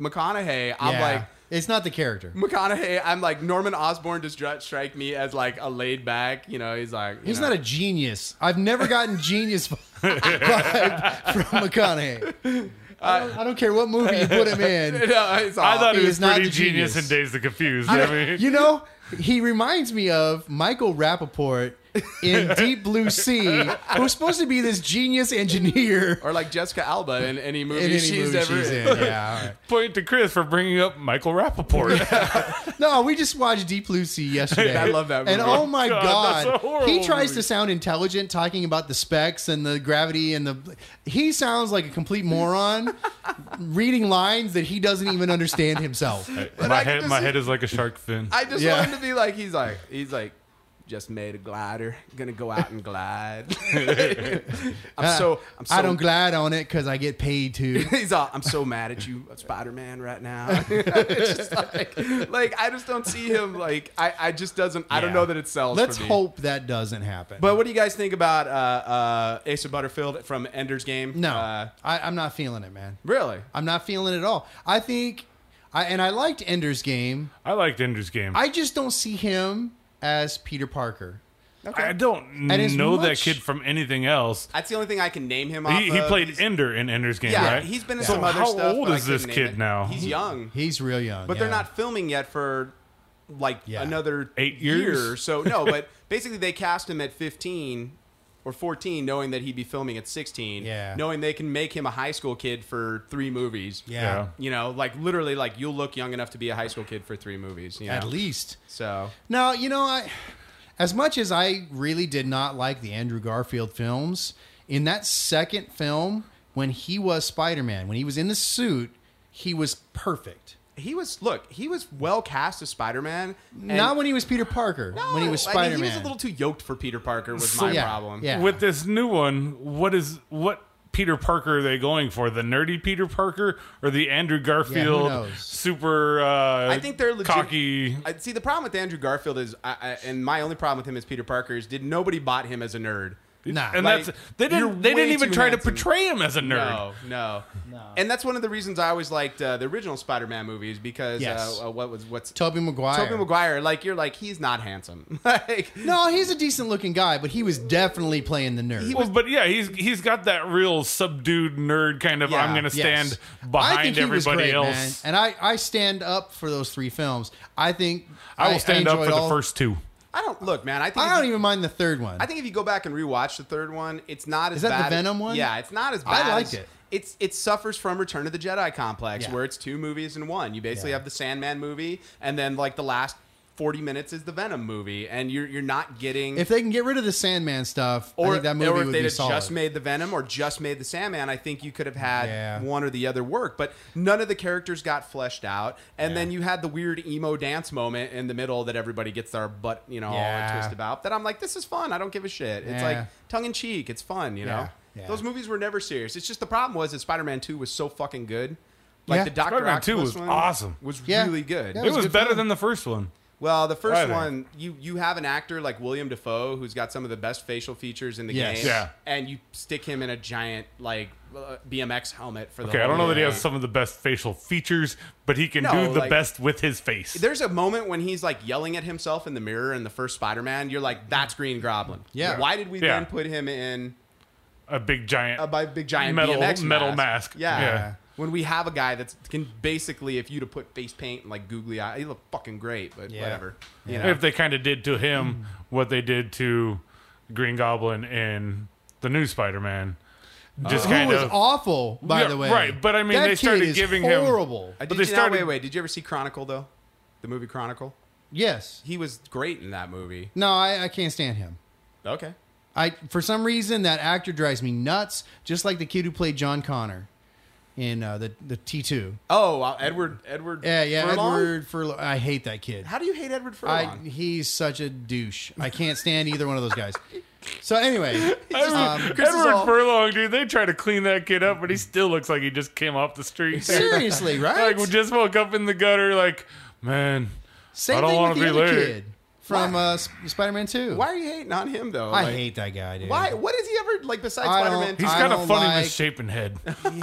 B: McConaughey, I'm
D: Yeah.
B: like.
D: it's not the character.
B: McConaughey, I'm like Norman Osborn does not strike me as like a laid back, you know. He's like you
D: He's
B: know.
D: not a genius. I've never gotten genius vibe from McConaughey.
B: Uh,
D: I don't, I don't care what movie you put him in.
B: No, it's
C: I thought he
D: He
C: was
D: is not
C: pretty
D: the
C: genius
D: genius.
C: in Days of Confused. I mean,
D: You know, he reminds me of Michael Rappaport in Deep Blue Sea, who's supposed to be this genius engineer
B: or like Jessica Alba in any movie
D: in any
B: she's
D: movie
B: ever
D: she's
B: in.
D: in. Yeah, all right.
C: point to Chris for bringing up Michael Rappaport.
D: No, we just watched Deep Blue Sea yesterday.
B: I love that
D: And
B: movie.
D: oh my
C: God,
D: god,
C: that's a horrible
D: he tries
C: movie.
D: to sound intelligent, talking about the specs and the gravity and the. He sounds like a complete moron, reading lines that he doesn't even understand himself.
B: I
C: my
B: can
C: head,
B: just
C: my
B: see-
C: head is like a shark fin.
B: I just
D: Yeah.
B: want him to be like he's like he's like just made a glider, gonna go out and glide. I'm so I'm so
D: I don't glad on it because I get paid to.
B: He's all, I'm so mad at you, Spider Man, right now. It's just like, like, I just don't see him. Like, I, I just doesn't. I don't
C: Yeah.
B: know that it sells.
D: Let's
B: for me.
D: hope that doesn't happen.
B: But what do you guys think about uh, uh, Asa Butterfield from Ender's Game?
D: no,
B: Uh,
D: I, I'm not feeling it, man.
B: really?
D: I'm not feeling it at all. I think, I and I liked Ender's Game.
C: I liked Ender's Game. I,
D: I just don't see him as Peter Parker.
C: don't
D: And as
C: know that
D: much-
C: kid from anything else.
B: That's the only thing I can name him off
C: He, he
B: of.
C: played Ender in Ender's Game,
B: Yeah,
C: right?
B: he's been in
C: So
B: some other
C: how
B: stuff.
C: old
B: but I
C: is this
B: couldn't name
C: kid
B: it.
C: now?
B: He's young.
D: He's real young,
B: But they're
D: yeah.
B: not filming yet for like
D: Yeah.
B: another
C: Eight
B: Year.
C: years?
B: So no, but basically they cast him at fifteen or fourteen, knowing that he'd be filming at sixteen.
D: Yeah.
B: Knowing they can make him a high school kid for three movies.
D: Yeah.
B: You know, like literally, like you'll look young enough to be a high school kid for three movies. You know?
D: at least.
B: So
D: Now, you know, I as much as I really did not like the Andrew Garfield films, in that second film when he was Spider-Man, when he was in the suit, he was perfect.
B: he was look, he was well cast as Spider Man.
D: not when he was Peter Parker, when he was
B: I mean,
D: Spider-Man.
B: he was a little too yoked for Peter Parker. Was
C: So-
B: my
D: Yeah,
B: problem.
D: yeah.
C: With this new one, what is what Peter Parker are they going for? The nerdy Peter Parker or the Andrew Garfield
D: knows?
C: super? Uh,
B: I think they're legit-
C: cocky.
B: I see the problem with Andrew Garfield is, I, I, and my only problem with him as Peter Parker is, did nobody bought him as a nerd?
D: Nah.
C: and
B: like,
C: that's they
B: you're
C: didn't they didn't
B: way
C: even
B: too
C: try to
B: handsome.
C: portray him as a nerd.
B: No, no, And that's one of the reasons I always liked uh, the original Spider-Man movies because
D: Yes.
B: uh, uh, what was what's
D: Tobey Maguire.
B: Tobey Maguire? Like you're like he's not handsome. like
D: No, he's a decent looking guy, but he was definitely playing the nerd.
C: Well, but yeah, he's he's got that real subdued nerd kind of
B: Yeah,
C: I'm going to
D: Yes.
C: stand
D: I
C: behind
D: think he was
C: everybody
D: great, man.
C: else.
D: And I, I stand up for those three films. I think
C: I will stand up
D: enjoyed
C: for the
D: all-
C: first two.
B: I don't look, man. I think
D: I
B: if
D: don't
B: you-
D: even mind the third one.
B: I think if you go back and rewatch the third one, it's not as
D: that the
B: bad.
D: Venom one?
B: Yeah, it's not as
D: I
B: bad.
D: liked
B: as-
D: it.
B: It's it suffers from Return of the Jedi complex,
D: Yeah.
B: where it's two movies in one. You basically
D: Yeah.
B: have the Sandman movie, and then like the last forty minutes is the Venom movie, and you're you're not getting
D: If they can get rid of the Sandman stuff, I
B: or,
D: think that movie
B: or if
D: would
B: they'd
D: be
B: have
D: solid.
B: just made the Venom or just made the Sandman, I think you could have had
D: Yeah.
B: one or the other work. But none of the characters got fleshed out, and
D: Yeah.
B: then you had the weird emo dance moment in the middle that everybody gets their butt, you know, all
D: Yeah.
B: twist about. That I'm like, this is fun. I don't give a shit. It's
D: Yeah.
B: like tongue in cheek. It's fun, you know.
D: Yeah. Yeah.
B: Those movies were never serious. It's just the problem was that Spider-Man Two was so fucking good. Like
D: Yeah.
B: the Doctor
C: Spider-Man 2 was awesome.
B: Was
D: Yeah.
B: really good.
D: Yeah,
C: It
D: was
C: was
D: good
C: better
D: film.
C: than the first one.
B: Well, the first
C: Either.
B: one, you you have an actor like William Defoe who's got some of the best facial features in the
D: Yes.
B: game,
C: Yeah.
B: and you stick him in a giant like uh, BMX helmet for the.
C: Okay, I
B: whole
C: don't know that he
B: game.
C: has some of the best facial features, but he can
B: No,
C: do the
B: like-
C: best with his face.
B: There's a moment when he's like yelling at himself in the mirror in the first Spider-Man. You're like, "That's Green Goblin."
D: Yeah.
B: Why did we
C: Yeah.
B: then put him in
C: a big giant.
B: a bi- big giant
C: Metal-
B: BMX
C: metal mask.
B: Yeah.
C: Yeah.
B: When we have a guy that can basically, if you'd have put face paint and like googly eye, he looked fucking great. But
D: Yeah.
B: whatever. You know. Uh,
C: if they kind of did to him what they did to Green Goblin in the new Spider-Man, just
D: Who
C: kind
D: was
C: of
D: awful, by
C: Yeah,
D: the way.
C: right, but I mean,
D: That
C: they
D: kid
C: started
D: is
C: giving him-
D: horrible.
B: I
C: But
B: did you
C: they
B: know-
C: started-
B: wait, wait. Did you ever see Chronicle though? The movie Chronicle.
D: Yes.
B: He was great in that movie.
D: No, I, I can't stand him.
B: Okay.
D: I for some reason that actor drives me nuts. Just like the kid who played John Connor. in uh, the the T two.
B: Oh, wow, Edward. Edward.
D: Yeah, yeah.
B: Furlong?
D: Edward Furlong. I hate that kid.
B: How do you hate Edward
D: I,
B: Furlong?
D: he's such a douche. I can't stand either one of those guys. So anyway, um,
B: Chris is
C: Um, Edward
B: all-
C: Furlong, dude, they try to clean that kid up, but he still looks like he just came off the street.
D: seriously, right?
C: like, we just woke up in the gutter, like, man,
D: Same
C: I don't
D: thing
C: wanna
D: with
C: be
D: the other
C: late.
D: kid from uh, Sp- Spider-Man Two.
B: why are you hating on him though?
D: I
B: Like,
D: hate that guy, dude.
B: Why? What is he ever like besides
D: I don't-
B: Spider
C: he's
B: Man?
D: I
C: got a
D: don't
C: funny,
D: like-
C: misshapen head.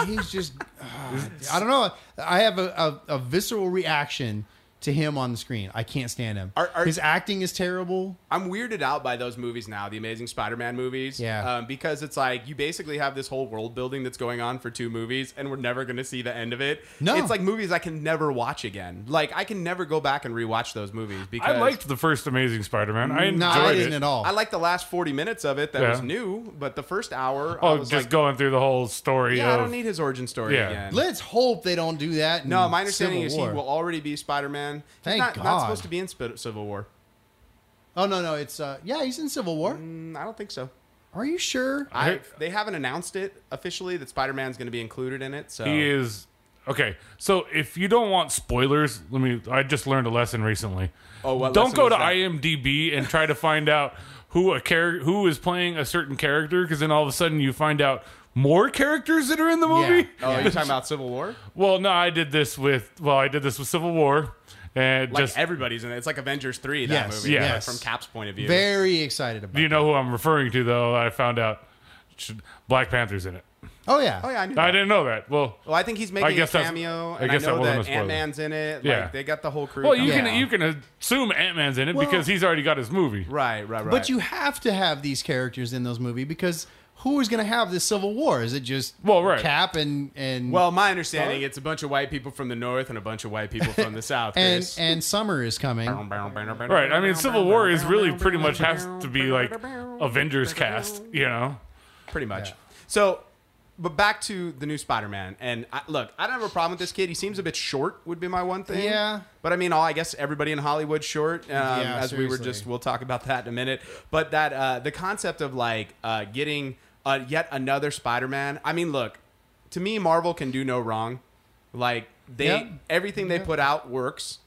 D: He's just. ah, I don't know. I have a, a, a visceral reaction to him on the screen. I can't stand him.
B: Are- are-
D: His acting is terrible.
B: I'm weirded out by those movies now, the Amazing Spider Man movies.
D: Yeah.
B: Um, because it's like you basically have this whole world building that's going on for two movies, and we're never going to see the end of it.
D: No.
B: It's like movies I can never watch again. Like I can never go back and rewatch those movies because
C: I liked the first Amazing Spider Man. I enjoyed
D: No, I didn't
C: it.
D: at all.
B: I like the last 40 minutes of it that
C: Yeah.
B: was new, but the first hour. I
C: Oh,
B: was
C: just
B: like,
C: going through the whole story
B: Yeah, I
C: of.
B: don't need his origin story
C: Yeah.
B: again.
D: Let's hope they don't do that. in
B: No, my understanding
D: Civil
B: is
D: War.
B: he will already be Spider Man.
D: Thank
B: not, not
D: God.
B: supposed to be in Sp- Civil War.
D: Oh no, no, it's uh, yeah, he's in Civil War.
B: Mm, I don't think so.
D: Are you sure?
B: I, they haven't announced it officially that Spider Man's going to be included in it. So
C: He is okay. So if you don't want spoilers, let me. I just learned a lesson recently.
B: Oh, what
C: Don't
B: lesson
C: go
B: was
C: to
B: that?
C: IMDb and try to find out who a char- who is playing a certain character, because then all of a sudden you find out more characters that are in the movie.
B: Oh, you're talking about Civil War?
C: Well, no, I did this with. Well, I did this with Civil War, and
B: Like
C: just
B: everybody's in it. It's like Avengers three. That
D: Yes,
B: movie.
C: yes.
B: Like from Cap's point of view.
D: Very excited about.
C: do you know who I'm referring to? Though I found out should- Black Panther's in it.
D: Oh yeah.
B: oh yeah, I knew.
C: I
B: that.
C: didn't know that. Well,
B: Well, I think he's making
C: guess
B: a
C: that's-
B: cameo,
C: I
B: and I,
C: guess that
B: know
C: wasn't a
B: that
C: spoiler.
B: Ant Man's in it.
C: Yeah.
B: Like, they got the whole crew.
C: well, you
B: coming
C: can
B: out.
C: you can assume Ant Man's in it because he's already got his movie.
B: right, right, right.
D: But you have to have these characters in those movies because who is going to have this Civil War? Is it just
C: Well, right.
D: Cap and and
B: Well, my understanding, it's a bunch of white people from the north and a bunch of white people from the south.
D: and
B: Chris. Um,
D: and Summer is coming.
C: Right. I mean, Civil War is really pretty much has to be like Avengers cast, you know?
B: pretty much. So, but back to the new Spider-Man, and I, look, I don't have a problem with this kid. He seems a bit short, would be my one thing.
D: Yeah.
B: but I mean, all I guess everybody in Hollywood short. Um,
D: Yeah,
B: as we were
D: seriously.
B: just, we'll talk about that in a minute. But that uh, the concept of like uh, getting uh, yet another Spider-Man. I mean, look, to me, Marvel can do no wrong. Like they,
D: Yeah.
B: everything they put out works.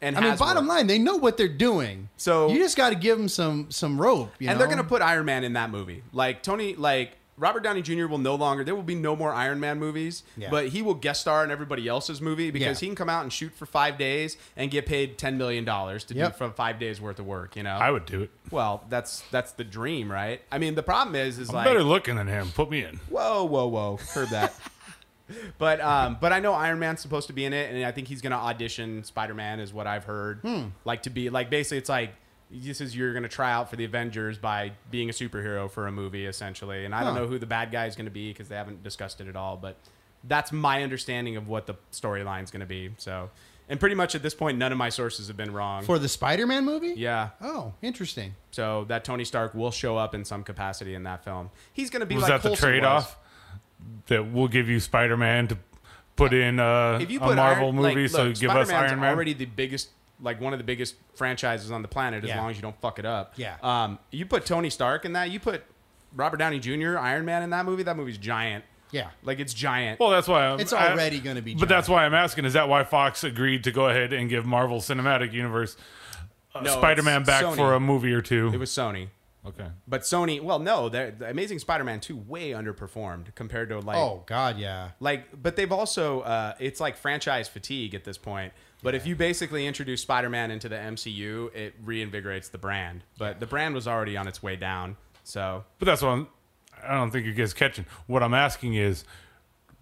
B: And
D: I mean,
B: has
D: bottom
B: worked.
D: line, they know what they're doing.
B: So-
D: you just got to give them some some rope. You
B: and
D: know?
B: they're going to put Iron Man in that movie. Like Tony, like Robert Downey Jr. will no longer. There will be no more Iron Man movies,
D: Yeah.
B: but he will guest star in everybody else's movie because he
D: Yeah.
B: can come out and shoot for five days and get paid ten million dollars to do
D: Yep.
B: from five days worth of work. You know,
C: I would do it.
B: well, that's that's the dream, right? I mean, the problem is, is like
C: Better looking than him. Put me in.
B: whoa, whoa, whoa, curb that. but um, but I know Iron Man's supposed to be in it, and I think he's gonna audition Spider Man, is what I've heard.
D: Hmm.
B: Like to be like basically, it's like this is you're gonna try out for the Avengers by being a superhero for a movie essentially. And I don't
D: Huh.
B: know who the bad guy is gonna be because they haven't discussed it at all. But that's my understanding of what the storyline's gonna be. So, and pretty much at this point, none of my sources have been wrong.
D: for the Spider-Man movie.
B: yeah,
D: Oh, interesting.
B: so that Tony Stark will show up in some capacity in that film. He's going to be
C: Was
B: like
C: that the
B: Coulson
C: trade
B: was.
C: off? That we'll give you Spider Man to put in uh,
B: if you
C: a
B: put
C: Marvel
B: Iron,
C: movie,
B: like,
C: so
B: look,
C: give us
B: Spider-Man's
C: Iron Man.
B: Already the biggest, like one of the biggest franchises on the planet, as
D: Yeah.
B: long as you don't fuck it up.
D: Yeah.
B: Um, you put Tony Stark in that. You put Robert Downey Jr. Iron Man in that movie. That movie's giant.
D: Yeah.
B: Like it's giant.
C: well, that's why I'm,
D: It's
C: I-
D: already gonna be
C: But
D: giant.
C: that's why I'm asking: Is that why Fox agreed to go ahead and give Marvel Cinematic Universe uh,
B: No,
C: Spider-Man
B: it's
C: back
B: Sony.
C: for a movie or two?
B: it was Sony.
C: okay.
B: But Sony, well, no, they're- the Amazing Spider-Man two way underperformed compared to like
D: Oh God, yeah.
B: Like, but they've also uh, it's like franchise fatigue at this point. But if you basically introduce Spider-Man into the MCU, it reinvigorates the brand. But the brand was already on its way down. So
C: But that's what I'm, I don't think you guys catching. What I'm asking is,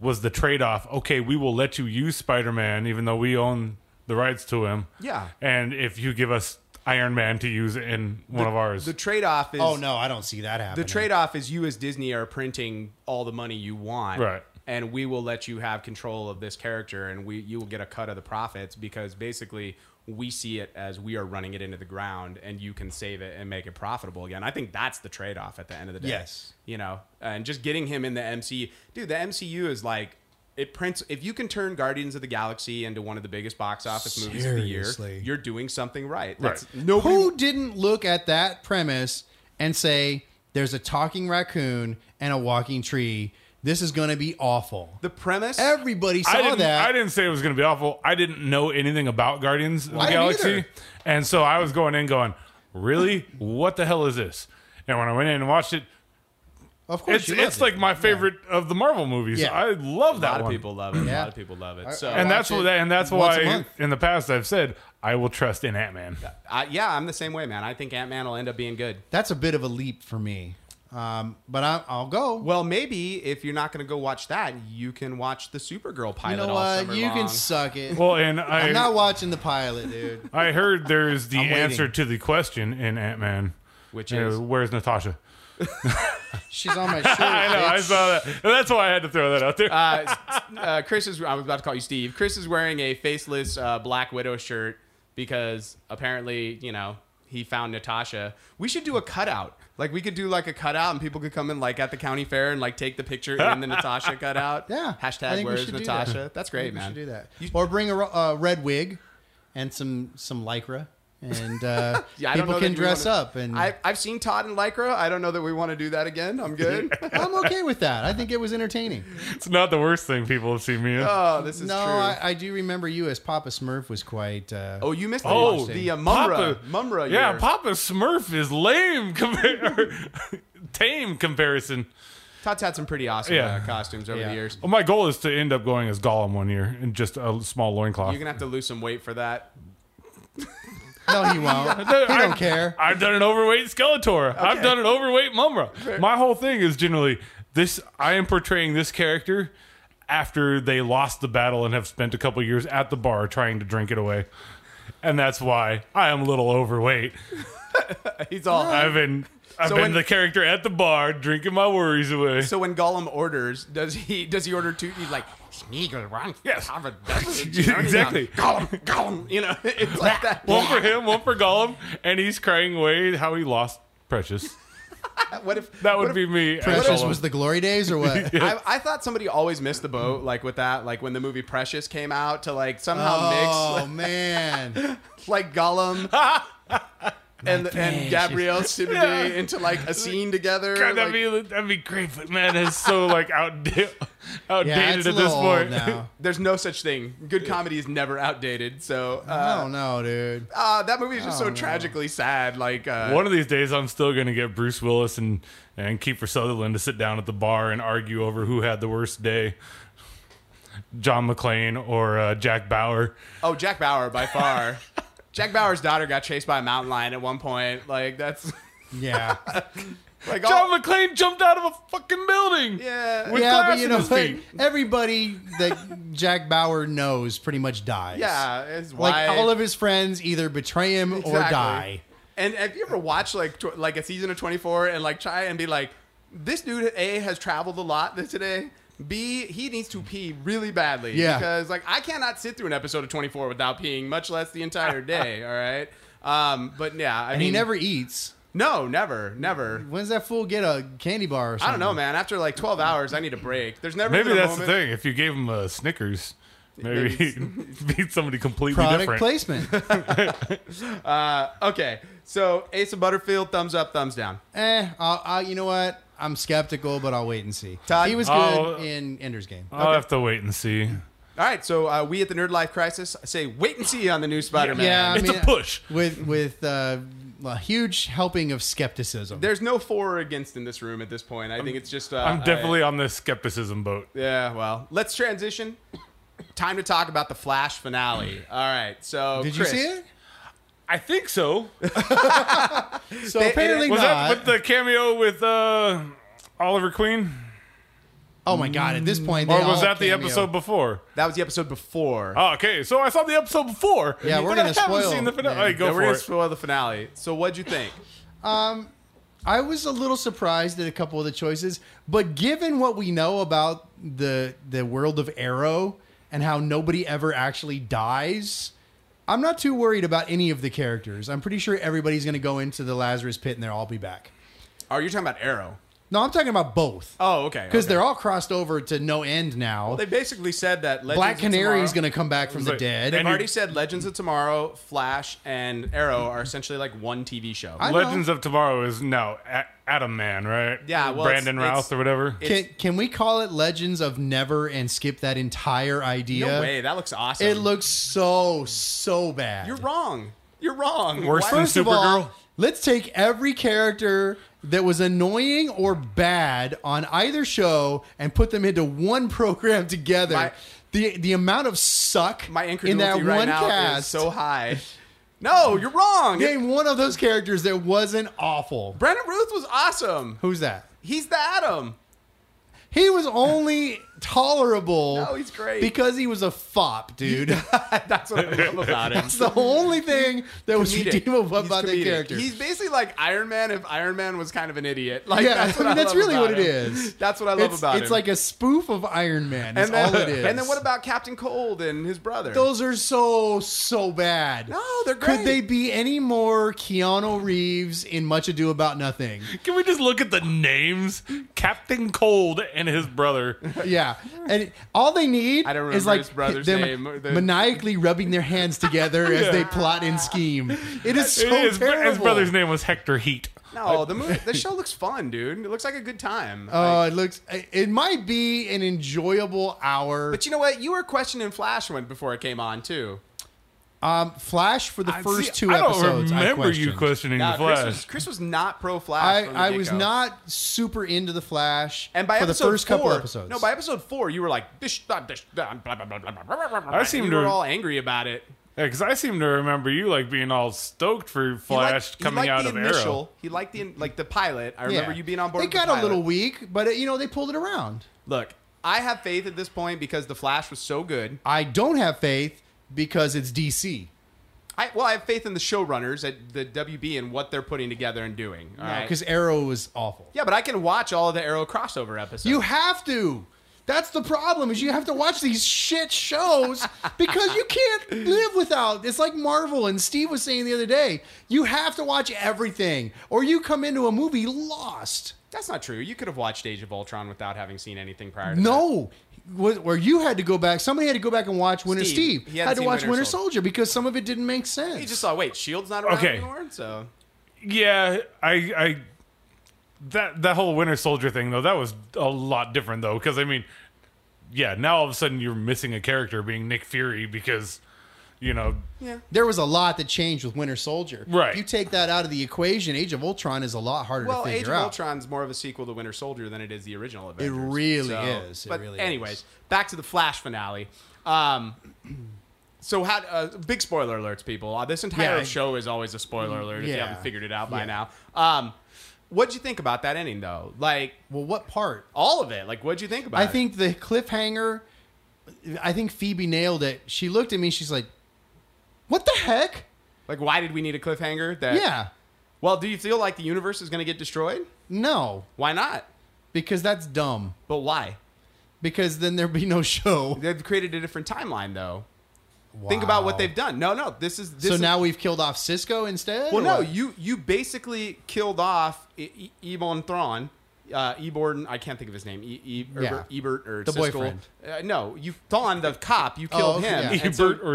C: was the trade off okay? We will let you use Spider Man, even though we own the rights to him.
B: Yeah.
C: And if you give us Iron Man to use in one of ours,
B: the trade-off is
D: Oh no, I don't see that happening.
B: the trade-off is you as Disney are printing all the money you want,
C: Right.
B: And we will let you have control of this character, and we you will get a cut of the profits because basically we see it as we are running it into the ground, and you can save it and make it profitable again. I think that's the trade-off at the end of the day.
D: Yes.
B: you know, and just getting him in the MCU, dude. The MCU is like. It prints if you can turn Guardians of the Galaxy into one of the biggest box office movies of the
D: Seriously.
B: year, you're doing something right.
C: Right.
B: That's, nobody
D: Who didn't look at that premise and say, "There's a talking raccoon and a walking tree. this is going to be awful.
B: The premise.
D: Everybody
C: I
D: saw
C: didn't,
D: that.
C: I didn't say it was going to be awful. I didn't know anything about Guardians of the
D: I didn't
C: Galaxy.
D: either.
C: And so I was going in going, really? what the hell is this? And when I went in and watched it,
D: of course,
C: it's,
D: you loved
C: it's
D: it.
C: like my favorite of the Marvel movies.
D: Yeah.
C: I love
B: a
C: that
B: lot of
C: one.
B: people love it. A
D: Yeah.
B: lot of people love it. So
C: And
D: I
C: that's
D: watch
C: what,
D: it
C: and that's
D: once a
C: why
D: month.
C: in the past I've said I will trust in Ant Man.
B: I, yeah, I'm the same way, man. I think Ant Man will end up being good.
D: that's a bit of a leap for me. Um, but I, I'll go.
B: Well, maybe if you're not going to go watch that, you can watch the Supergirl
D: you
B: pilot
D: know
B: all
D: what?
B: summer
D: You
B: long.
D: can suck it.
C: Well, and I,
D: I'm not watching the pilot, dude.
C: I heard there's the
D: I'm waiting.
C: answer to the question in Ant Man,
B: Which is-
C: where's Natasha?
D: She's on my shirt.
C: I know, I
D: bitch.
C: saw that. And that's why I had to throw that out there.
B: uh, uh, Chris is. I was about to call you Steve. Chris is wearing a faceless uh, Black Widow shirt because apparently, you know, he found Natasha. We should do a cutout. Like we could do like a cutout, and people could come in like at the county fair and like take the picture in the Natasha cutout.
D: Yeah, I
B: Hashtag
D: think we
B: Where's
D: should do
B: Natasha?
D: that.
B: That's great,
D: we
B: man.
D: should do that. or bring a ro- uh, red wig and some some lycra, and uh,
B: Yeah, I don't
D: people
B: know
D: can
B: that we
D: dress
B: wanna-
D: up. And
B: I, I've seen Todd in lycra. I don't know that we want to do that again. I'm good.
D: I'm okay with that. I think it was entertaining.
C: it's not the worst thing people have seen me in.
D: uh,
B: oh, this is
D: no,
B: true.
D: I, I do remember you as Papa Smurf was quite. Uh,
B: oh, you missed
C: Oh,
B: the, the uh, Mumra. Mumra.
C: Yeah,
B: year.
C: Papa Smurf is lame compar tame comparison.
B: Todd's had some pretty awesome
C: Yeah.
B: uh, costumes over
D: Yeah.
B: the years.
C: Well, my goal is to end up going as Gollum one year in just a small loincloth.
B: You're gonna have to lose some weight for that.
D: no, he won't. he don't care.
C: I've done an overweight Skeletor. I've done an overweight Mumra. My whole thing is generally this I am portraying this character after they lost the battle and have spent a couple years at the bar trying to drink it away. And that's why I am a little overweight.
B: He's all.
C: I've been I've
B: So
C: been
B: when-
C: the character at the bar drinking my worries away.
B: So when Gollum orders, does he does he order two? He's like Smeagol, run.
C: Yes.
B: Have a dusty journey
C: exactly.
B: now." Gollum, Gollum. You know, it's like that.
C: One for him, one for Gollum, and he's crying away how he lost Precious.
B: What if
C: That would
B: what
C: be
B: if-
C: me. as
D: Precious
C: Gollum.
D: was the glory days, or what?
B: I, I thought somebody always missed the boat, like with that, like when the movie Precious came out, to like somehow
D: oh
B: mix
D: man,
B: like Gollum and and Gabrielle Sidibe
C: Yeah.
B: into like a scene together.
C: God,
B: like-
C: that'd be that'd be great, but man, it's so like outda- outdated
D: yeah, it's a
C: at this
D: little old
C: point.
D: now.
B: there's no such thing. Good comedy is never outdated. So uh,
D: Oh no, dude.
C: Ah.
B: uh, that movie is
C: Oh,
B: just so tragically sad. Like uh,
C: One of these days, I'm still gonna get Bruce Willis and and Kiefer Sutherland to sit down at the bar and argue over who had the worst day, John McClane or uh, Jack Bauer.
B: Oh, Jack Bauer by far. Jack Bauer's daughter got chased by a mountain lion at one point. Like that's
D: Yeah,
B: like all,
C: John McClane jumped out of a fucking building.
B: yeah.
C: With
D: Oh. yeah,
C: glass
D: but you
C: in
D: know,
C: his
D: what?
C: feet.
D: everybody that Jack Bauer knows pretty much dies.
B: yeah, his
D: Like
B: wife.
D: all of his friends either betray him or
B: Exactly.
D: die.
B: And have you ever watched like tw- like a season of 24 and like try and be like this dude A has traveled a lot th- today. B he needs to pee really badly
D: Yeah.
B: because like I cannot sit through an episode of 24 without peeing, much less the entire day, all right? Um, but yeah, I
D: And
B: mean
D: he never eats.
B: No, never, never.
D: When's that fool get a candy bar or something?
B: I don't know, man. After like 12 hours, I need a break. There's never
C: Maybe
B: even a
C: that's the
B: moment-
C: thing. If you gave him a Snickers, maybe
B: Maybe
C: he'd be somebody completely
D: Product
C: different.
D: placement.
B: Okay, so Ace of Butterfield, thumbs up, thumbs down.
D: eh, I'll, i you know what? I'm skeptical, but I'll wait and see.
B: Todd-
D: he was good
C: Oh.
D: in Ender's Game.
C: I'll have to wait and see.
B: All right, so uh, we at the Nerd Life Crisis say wait and see on the new Spider-Man.
D: Yeah, I
C: it's
D: mean,
C: a push.
D: with with uh, a huge helping of skepticism.
B: there's no for or against in this room at this point. I think it's just. Uh,
C: I'm
B: I-
C: definitely on the skepticism boat.
B: yeah, well, let's transition. Time to talk about the Flash finale. All right, so
D: Did
B: Chris,
D: you see it?
C: I think so.
D: So
B: They-
D: apparently
C: Was
D: not.
C: that with the cameo with uh, Oliver Queen,
D: oh my god! At this point,
C: or
D: they
C: was
D: all
C: that the
D: cameo.
C: episode before?
B: That was the episode before.
C: Oh, okay, so I saw the episode before.
D: Yeah,
C: but
D: we're gonna
C: I haven't
D: spoil
C: seen the finale.
D: then.
C: All right, go
B: Yeah, we're
C: for
B: gonna
C: it.
B: spoil the finale. So what'd you think?
D: I was a little surprised at a couple of the choices, but given what we know about the the world of Arrow and how nobody ever actually dies, I'm not too worried about any of the characters. I'm pretty sure everybody's going to go into the Lazarus pit and they'll all be back.
B: Are you Oh, talking about Arrow?
D: No, I'm talking about both.
B: Oh, okay.
D: Because
B: okay.
D: they're all crossed over to no end now.
B: They basically said that Legends
D: Black
B: of
D: Canary
B: Tomorrow-
D: is going to come back from the
C: like-
D: dead.
B: They've
C: And
B: already
C: you-
B: said Legends of Tomorrow, Flash, and Arrow are essentially like one TV show.
D: I know.
C: Legends of Tomorrow is no A- Adam Man, right?
B: Yeah, well, it's-
C: Brandon
B: it's-
C: Routh or whatever.
D: can, can we call it Legends of Never and skip that entire idea?
B: No way, that looks awesome.
D: It looks so so bad.
B: You're wrong. You're wrong.
C: Worse than
D: First of
C: Supergirl.
D: all, let's take every character that was annoying or bad on either show and put them into one program together.
B: My-
D: the the amount of suck
B: my
D: in that
B: incredulity
D: one
B: right now is
D: cast.
B: so high. No, you're wrong.
D: name one of those characters that wasn't awful.
B: Brandon Ruth was awesome.
D: Who's that?
B: He's the Atom.
D: He was only tolerable.
B: No, he's great.
D: because he was a fop, dude.
B: That's what I love about him.
D: That's the only thing that was
B: Comedic.
D: redeemable
B: He's
D: about that
B: comedic.
D: character.
B: He's basically like Iron Man if Iron Man was kind of an idiot. Like
D: Yeah,
B: that's what
D: I mean,
B: I
D: that's
B: love
D: really
B: about
D: what it
B: him.
D: is.
B: That's what I love
D: it's,
B: about him.
D: it's like a spoof of Iron Man. That's
B: and then,
D: all it is.
B: And then what about Captain Cold and his brother?
D: Those are so so bad.
B: No, they're
D: Could
B: great.
D: they be any more Keanu Reeves in Much Ado About Nothing?
C: Can we just look at the names? Captain Cold and his brother.
D: Yeah, and it- all they need
B: I don't remember
D: is like
B: his brother's
D: them
B: name or the-
D: maniacally rubbing their hands together as they plot and scheme. It is so
C: his,
D: terrible.
C: his brother's name was Hector Heat.
B: no, the movie, the show looks fun, dude. It looks like a good time.
D: Oh, it looks. It might be an enjoyable hour.
B: but you know what? You were questioning Flash when before it came on too.
D: Um, Flash for the
C: I-
D: first
C: see,
D: two
C: I don't
D: episodes.
C: remember
D: I
C: you
D: questioned.
C: questioning
B: Nah,
C: the
B: Chris,
C: Flash.
B: was, Chris was not pro Flash.
D: I,
B: from the
D: I was
B: get-go.
D: not super into the Flash
B: And by
D: for the
B: episode
D: first
B: four,
D: couple episodes.
B: No, by episode four, you were like, this, uh, this, uh, blah, blah, blah, blah, blah, blah, blah.
C: I seem
B: you
C: to-
B: were all angry about it.
C: Yeah, because I seem to remember you like being all stoked for
B: He
C: Flash
B: liked- he
C: coming
B: liked
C: out
B: the
C: of
B: initial,
C: Arrow.
B: He liked the in- like the pilot. I remember
D: Yeah.
B: you being on board.
D: They
B: with
D: got
B: the
D: a little
B: pilot.
D: weak, but it, you know they pulled it around.
B: Look, I have faith at this point because the Flash was so good.
D: I don't have faith because it's DC.
B: I well, I have faith in the showrunners at the WB and what they're putting together and doing. All right.
D: Because Arrow was awful.
B: Yeah, but I can watch all of the Arrow crossover episodes.
D: You have to. That's the problem is you have to watch these shit shows because you can't live without. It's like Marvel and Steve was saying the other day. You have to watch everything or you come into a movie lost.
B: That's not true. You could have watched Age of Ultron without having seen anything prior to that.
D: No. Was- Where you had to go back, somebody had to go back and watch Winter
B: Steve.
D: Steve.
B: He hadn't
D: had to
B: seen
D: watch
B: Winter
D: Winter,
B: Soldier.
D: Soldier. because some of it didn't make sense.
B: You just saw, wait, Shield's not around
C: Okay.
B: anymore? So
C: Yeah, I, I, that that whole Winter Soldier thing though, that was a lot different though, because I mean, yeah, now all of a sudden you're missing a character being Nick Fury because, you know,
D: there was a lot that changed with Winter Soldier.
C: Right.
D: If you take that out of the equation, Age of Ultron is a lot harder
B: Well,
D: to
B: Age
D: figure
B: of
D: out.
B: Ultron's more of a sequel to Winter Soldier than it is the original Avengers.
D: really is. It
B: but
D: really
B: anyways,
D: is.
B: back to the Flash finale. Um, so, how, uh, big spoiler alerts, people. Uh, this entire
D: Yeah, I-
B: show is always a spoiler alert if you
D: Yeah.
B: haven't figured it out by
D: Yeah.
B: now. Um, what'd you think about that ending, though? Like
D: Well, what part?
B: all of it. Like, what'd you think about
D: I
B: it?
D: think the cliffhanger. I think Phoebe nailed it. She looked at me. She's like, "What the heck?"
B: Like, why did we need a cliffhanger? That
D: Yeah.
B: Well, do you feel like the universe is going to get destroyed?
D: No,
B: Why not?
D: because that's dumb.
B: But why?
D: Because then there'd be no show.
B: They've created a different timeline, though. Think about what
D: Wow.
B: they've done. No, no, this is this
D: so
B: is,
D: now we've killed off Cisco instead.
B: Well,
D: or
B: no,
D: what?
B: you you basically killed off I- I- Ebon Thrawn, uh, Eborden. I can't think of his name. E- e- Ebert,
D: Yeah.
B: Ebert or
D: The
B: Siskel.
D: boyfriend.
B: Uh, no, you Thrawn the cop. You
D: Oh,
B: killed
D: okay,
B: him.
D: yeah.
B: And
C: Ebert
B: so-
C: or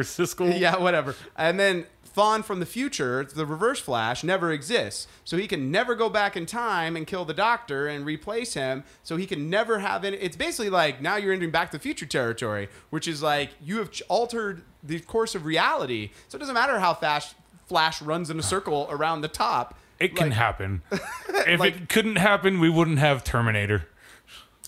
C: Siskel.
B: yeah, whatever. And then Thawne from the future, the Reverse Flash, never exists. So he can never go back in time and kill the Doctor and replace him. So he can never have any. It's basically like now you're entering Back to the Future territory, which is like you have ch- altered the course of reality. So it doesn't matter how fast Flash runs in a circle around the top.
C: it can
B: Like,
C: happen. if
B: like-
C: it couldn't happen, we wouldn't have Terminator.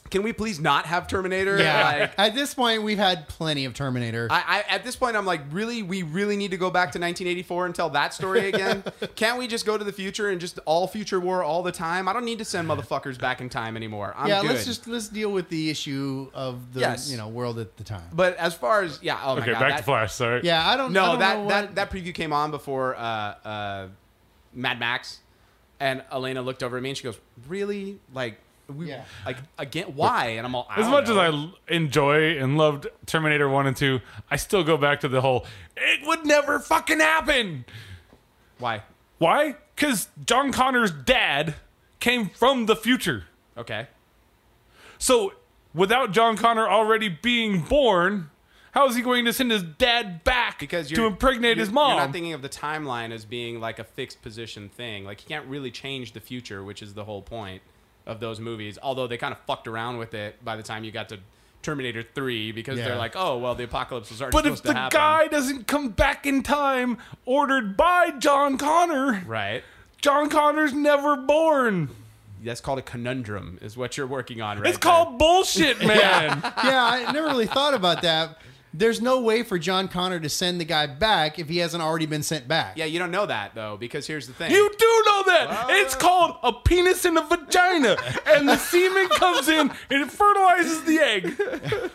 B: Can we please not have Terminator?
D: Yeah.
B: Like,
D: At this point, we've had plenty of Terminator.
B: I, I, at this point, I'm like, really, we really need to go back to 1984 and tell that story again. Can't we just go to the future and just all future war all the time? I don't need to send motherfuckers back in time anymore. I'm
D: yeah,
B: good.
D: let's just let's deal with the issue of the
B: Yes.
D: you know world at the time.
B: But as far as yeah, oh my
C: Okay,
B: god,
C: back
B: that-
C: to Flash. Sorry.
D: yeah, I don't. I
B: No,
D: don't know
B: that
D: what-
B: that, that preview came on before uh, uh, Mad Max, and Elena looked over at me and she goes, "Really? Like we
D: Yeah.
B: like again? Why?" And I'm all
C: As much as I l- enjoy and loved Terminator 1 and 2, I still go back to the whole, it would never fucking happen.
B: why.
C: Why? Because John Connor's dad came from the future.
B: Okay.
C: So without John Connor already being born, how is he going to send his dad back
B: Because you're,
C: to impregnate
B: you're-
C: his mom?
B: You're not thinking of the timeline as being like a fixed position thing. Like you can't really change the future, which is the whole point of those movies. Although they kind of fucked around with it by the time you got to Terminator Three, because
D: Yeah.
B: they're like, oh well, the apocalypse is already
C: but
B: supposed
C: if the
B: to happen.
C: guy doesn't come back in time, ordered by John Connor,
B: right.
C: John Connor's never born.
B: That's called a conundrum, is what you're working on right
C: It's
B: there.
C: called bullshit, man.
D: yeah, I never really thought about that. There's no way for John Connor to send the guy back if he hasn't already been sent back.
B: Yeah, you don't know that though, because here's the thing.
C: You do know that. It's called a penis and a vagina. And the semen comes in and it fertilizes the egg.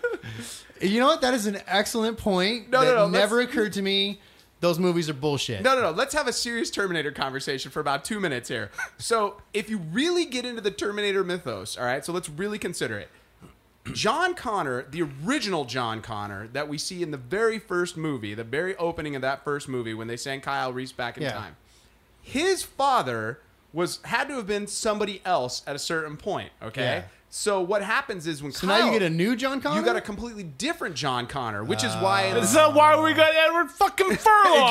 D: You know what? That is an excellent point
B: No, no,
D: that
B: no, let's-
D: never occurred to me. Those movies are bullshit.
B: No, no, no. Let's have a serious Terminator conversation for about two minutes here. So, if you really get into the Terminator mythos, all right, so let's really consider it. John Connor, the original John Connor that we see in the very first movie, the very opening of that first movie when they send Kyle Reese back in
D: Yeah.
B: time, his father was had to have been somebody else at a certain point. Okay,
D: Yeah.
B: so what happens is when
D: So
B: Kyle,
D: now you get a new John Connor. Uh,
B: you got a completely different John Connor, which is why
C: Is that why we got Edward fucking Furlong?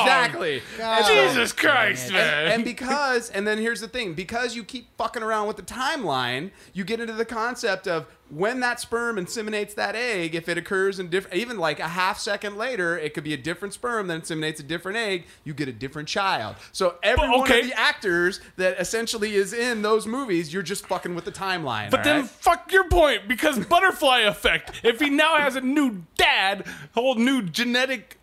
B: exactly.
D: God.
C: Jesus Christ, man.
B: and, and because and then here's the thing because you keep fucking around with the timeline you get into the concept of when that sperm inseminates that egg if it occurs in different even like a half second later it could be a different sperm that inseminates a different egg you get a different child so every one
C: okay.
B: of the actors that essentially is in those movies you're just fucking with the timeline
C: but then
B: alright?
C: fuck your point because butterfly effect. If he now has a new dad, whole new genetic,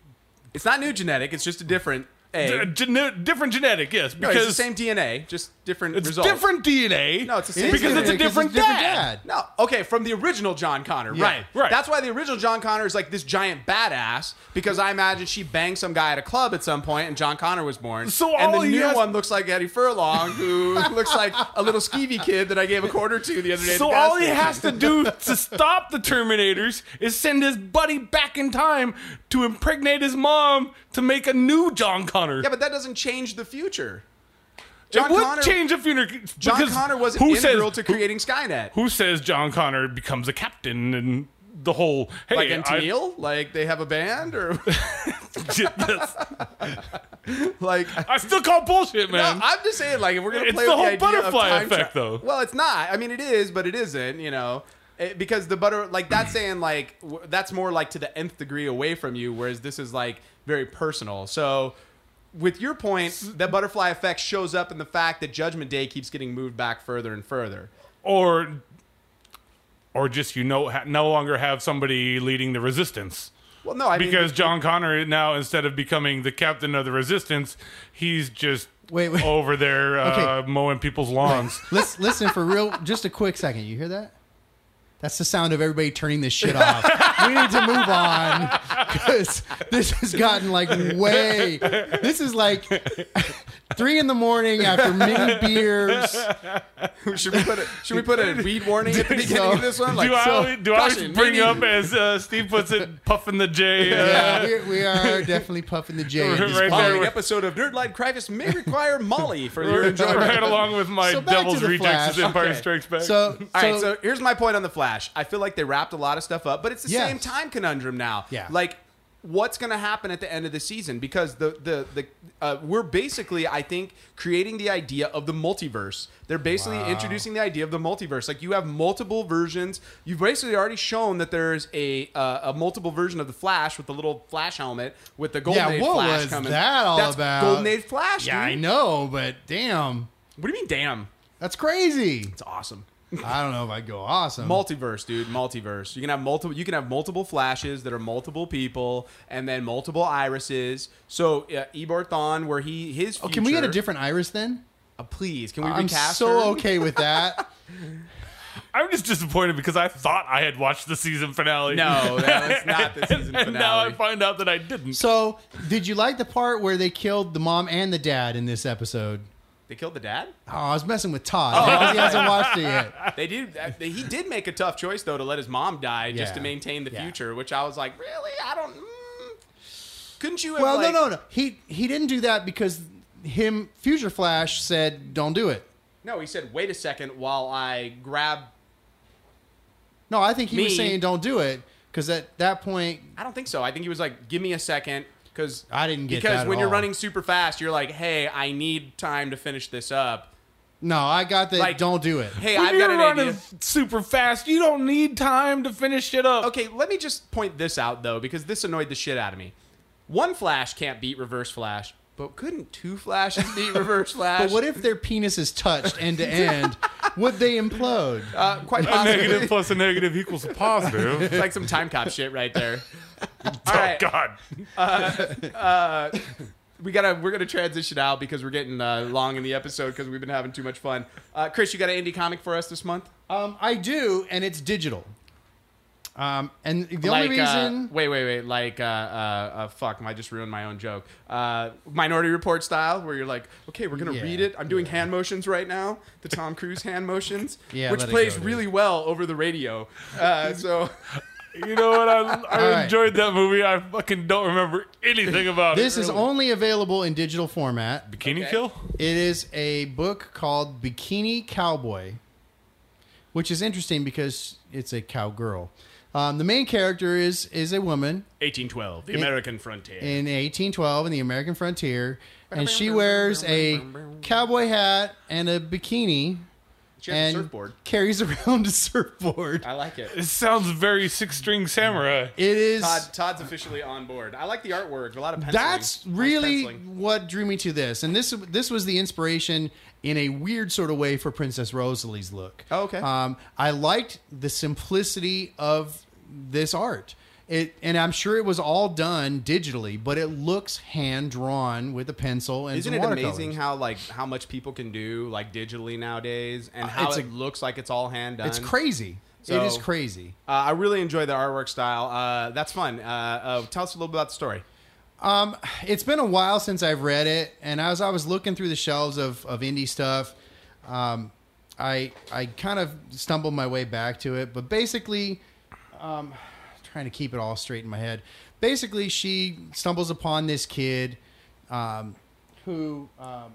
B: it's not new genetic it's just a different
C: uh,
B: egg
C: gene- different genetic, yes,
B: no, it's the
C: because
B: same dna just different
C: it's
B: results
C: different DNA.
B: No, it's the
D: It
B: same
D: is
C: because
D: gonna
C: it's a
D: be,
C: different dad.
B: No, okay, from the original John Connor,
D: Yeah.
B: right,
C: Right.
B: That's why the original John Connor is like this giant badass because I imagine she banged some guy at a club at some point, and John Connor was born.
C: So
B: and
C: all
B: the
C: he
B: new
C: has-
B: one looks like Eddie Furlong, who looks like a little skeevy kid that I gave a quarter to the other day. at
C: So
B: the gas
C: all he
B: station.
C: has to do to stop the Terminators is send his buddy back in time to impregnate his mom to make a new John Connor.
B: yeah, but that doesn't change the future.
C: it would
B: Connor-
C: change a funeral.
B: John Connor was
C: who
B: integral
C: says,
B: to creating Skynet.
C: Who says John Connor becomes a captain and the whole hey
B: like E
C: I-
B: Antiel, like they have a band, or
C: That's-
B: like
C: I still call bullshit, man.
B: No, I'm just saying, like, if we're gonna
C: It's
B: play
C: the
B: with
C: whole
B: the idea of
C: butterfly
B: time
C: effect, though.
B: Well, it's not. I mean, it is, but it isn't. You know, It- because the butter, like, that's saying like w- that's more like to the nth degree away from you, whereas this is like very personal. So. With your point, that butterfly effect shows up in the fact that Judgment Day keeps getting moved back further and further.
C: or or just you know ha- no longer have somebody leading the resistance.
B: Well, no, I mean,
C: because John Connor now, instead of becoming the captain of the resistance, he's just
D: Wait, wait.
C: over there uh,
D: Okay.
C: mowing people's lawns.
D: Let's listen for real. Just a quick second. You hear that? That's the sound of everybody turning this shit off. we need to move on because this has gotten like way. This is like three in the morning after many beers.
B: should we put a, should we put a weed warning at the beginning
D: So-
B: of this one?
C: do I,
B: so,
C: always, do I always
B: caution,
C: bring
B: maybe-
C: up, as uh, Steve puts it, puffing the J? Uh,
D: Yeah, we, we are definitely puffing the J. at this
B: The
C: Right there.
D: point.
B: Following episode of Nerdlight Crisis may require Molly for your enjoyment.
C: right along with my
D: So back to
C: Devil's
D: the
C: Rejects
D: Flash.
C: Empire
B: Okay.
C: Strikes Back.
D: So,
B: All right,
D: so,
B: so here's my point on the Flash. I feel like they wrapped a lot of stuff up, but it's the
D: Yes.
B: same time conundrum now.
D: Yeah.
B: Like, what's going to happen at the end of the season? Because the the the uh, we're basically, I think, creating the idea of the multiverse. They're basically introducing the idea of the multiverse. Like, you have multiple versions. You've basically already shown that there's a uh, a multiple version of the Flash with the little Flash helmet with the Golden
D: Yeah,
B: Age
D: what
B: Flash
D: was
B: coming.
D: that all
B: That's
D: about?
B: Golden Age Flash.
D: yeah, I
B: dude.
D: know, but damn,
B: What do you mean, damn?
D: that's crazy.
B: It's awesome.
D: I don't know if I'd go awesome.
B: Multiverse, dude. Multiverse. You can have multiple. You can have multiple flashes that are multiple people, and then multiple irises. So uh, Ebor Thon, where he his.
D: oh, can we get a
B: future-
D: different Iris then?
B: Uh, please, can we
D: I'm
B: recast?
D: so
B: her?
D: okay with that.
C: I'm just disappointed because I thought I had watched the season finale.
B: No, that was not the season
C: and now I
B: finale.
C: find out that I didn't.
D: So, did you like the part where they killed the mom and the dad in this episode?
B: They killed the dad.
D: Oh, I was messing with Todd.
B: Oh.
D: He hasn't watched it yet.
B: They did. uh, He did make a tough choice though to let his mom die just
D: Yeah.
B: to maintain the
D: Yeah.
B: future, which I was like, really? I don't. mm. couldn't you? Have,
D: Well,
B: like-
D: no, no, no. He he didn't do that because him Future Flash said, "Don't do it."
B: No, he said, wait a second while I grab
D: No, I think he was
A: Me.
D: saying don't do it because at that point,
B: I don't think so. I think he was like, "Give me a second because
D: I didn't get
B: because
D: that at
B: when you're
D: all.
B: running super fast, you're like, "Hey, I need time to finish this up."
D: no, I got that.
B: Like-
D: don't do it.
B: Hey,
C: When
B: I've
C: you're
B: got an
C: running
B: idea.
C: super fast, you don't need time to finish it up.
B: Okay, let me just point this out though, because this annoyed the shit out of me. One flash can't beat reverse flash, but couldn't two flashes beat reverse flash?
D: But what if their penises touched end to end? Would they implode?
B: uh, quite
C: A
B: possibly.
C: negative plus a negative equals a positive.
B: It's like some time cop shit right there. All
C: oh
B: right,
C: God!
B: we gotta we're gonna transition out because we're getting uh, long in the episode because we've been having too much fun. Uh, Chris, you got an indie comic for us this month?
D: Um, I do, and it's digital. Um, and the
B: like,
D: only reason,
B: Uh, wait, wait, wait. Like, uh, uh, uh, fuck, I just ruined my own joke. Uh, Minority Report style, where you're like, okay, we're going to
D: Yeah,
B: read it. I'm doing hand motions right now, the Tom Cruise hand motions,
D: Yeah,
B: which
D: let it
B: plays
D: go, dude.
B: really well over the radio. Uh, so,
C: You know what? I, I
D: All right.
C: enjoyed that movie. I fucking don't remember anything about
D: this
C: it.
D: is only available in digital format.
C: Bikini
B: Okay.
C: Kill.
D: It is a book called Bikini Cowboy, which is interesting because it's a cowgirl. Um, the main character is is a woman
B: 1812, the American frontier.
D: in 1812 in the American frontier, and she wears a cowboy hat and a bikini
B: she has
D: and
B: a surfboard.
D: carries around a surfboard.
B: I like it.
C: It sounds very Six String Samurai.
D: It is
B: Todd, Todd's officially on board. I like the artwork. A lot of penciling.
D: That's
B: Nice
D: really
B: penciling.
D: what drew me to this, and this this was the inspiration in a weird sort of way for Princess Rosalie's look.
B: Oh, okay.
D: um, I liked the simplicity of this art. It, and I'm sure it was all done digitally, but it looks hand drawn with a pencil and
B: Isn't
D: some
B: it
D: watercolors.
B: amazing how like how much people can do like digitally nowadays, and how
D: Uh, it's
B: it
D: a-
B: looks like it's all hand done?
D: It's crazy.
B: So-
D: it is crazy.
B: Uh, I really enjoy the artwork style. Uh, that's fun. Uh, uh, tell us a little bit about the story.
D: it's been a while since I've read it, and as I was looking through the shelves of, of indie stuff, um, I I kind of stumbled my way back to it. But basically, um, trying to keep it all straight in my head. Basically, she stumbles upon this kid um, who um,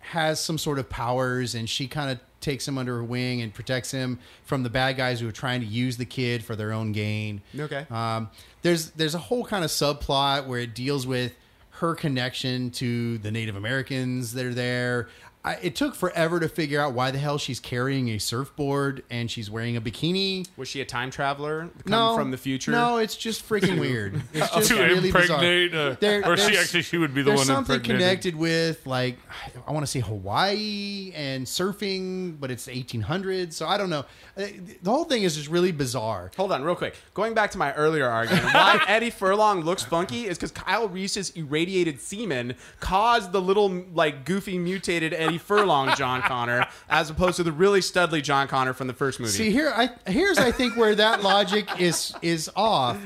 D: has some sort of powers, and she kind of takes him under her wing and protects him from the bad guys who are trying to use the kid for their own gain.
B: Okay.
D: Um, there's there's a whole kind of subplot where it deals with her connection to the Native Americans that are there. I, it took forever to figure out why the hell she's carrying a surfboard and she's wearing a bikini.
B: Was she a time traveler? Come
D: no,
B: from the future?
D: No, it's just freaking weird. It's just
C: Oh, to
D: really
C: impregnate,
D: bizarre.
C: uh,
D: There-
C: or she
D: there's-
C: actually she would be the
D: There's
C: one
D: something
C: impregnated.
D: connected with like I want to say Hawaii and surfing, but it's the 1800s, so I don't know. Uh, The whole thing is just really bizarre.
B: Hold on, real quick. Going back to my earlier argument, why Eddie Furlong looks funky is because Kyle Reese's irradiated semen caused the little like goofy mutated Eddie Furlong John Connor, as opposed to the really studly John Connor from the first movie.
D: See here, I here's I think where that logic is is off,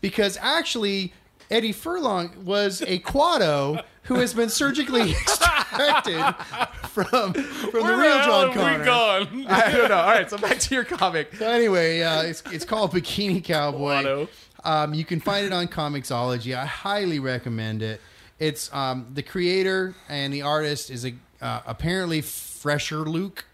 D: because actually Eddie Furlong was a Quado who has been surgically extracted from from
C: Where
D: the real
C: hell
D: John Connor.
C: have we gone?
B: I don't know. All right, so back to your comic.
D: So anyway, uh, it's it's called Bikini Cowboy.
C: Quado.
D: Um, you can find it on Comixology. I highly recommend it. It's um, the creator and the artist is a uh, apparently Fresher Luke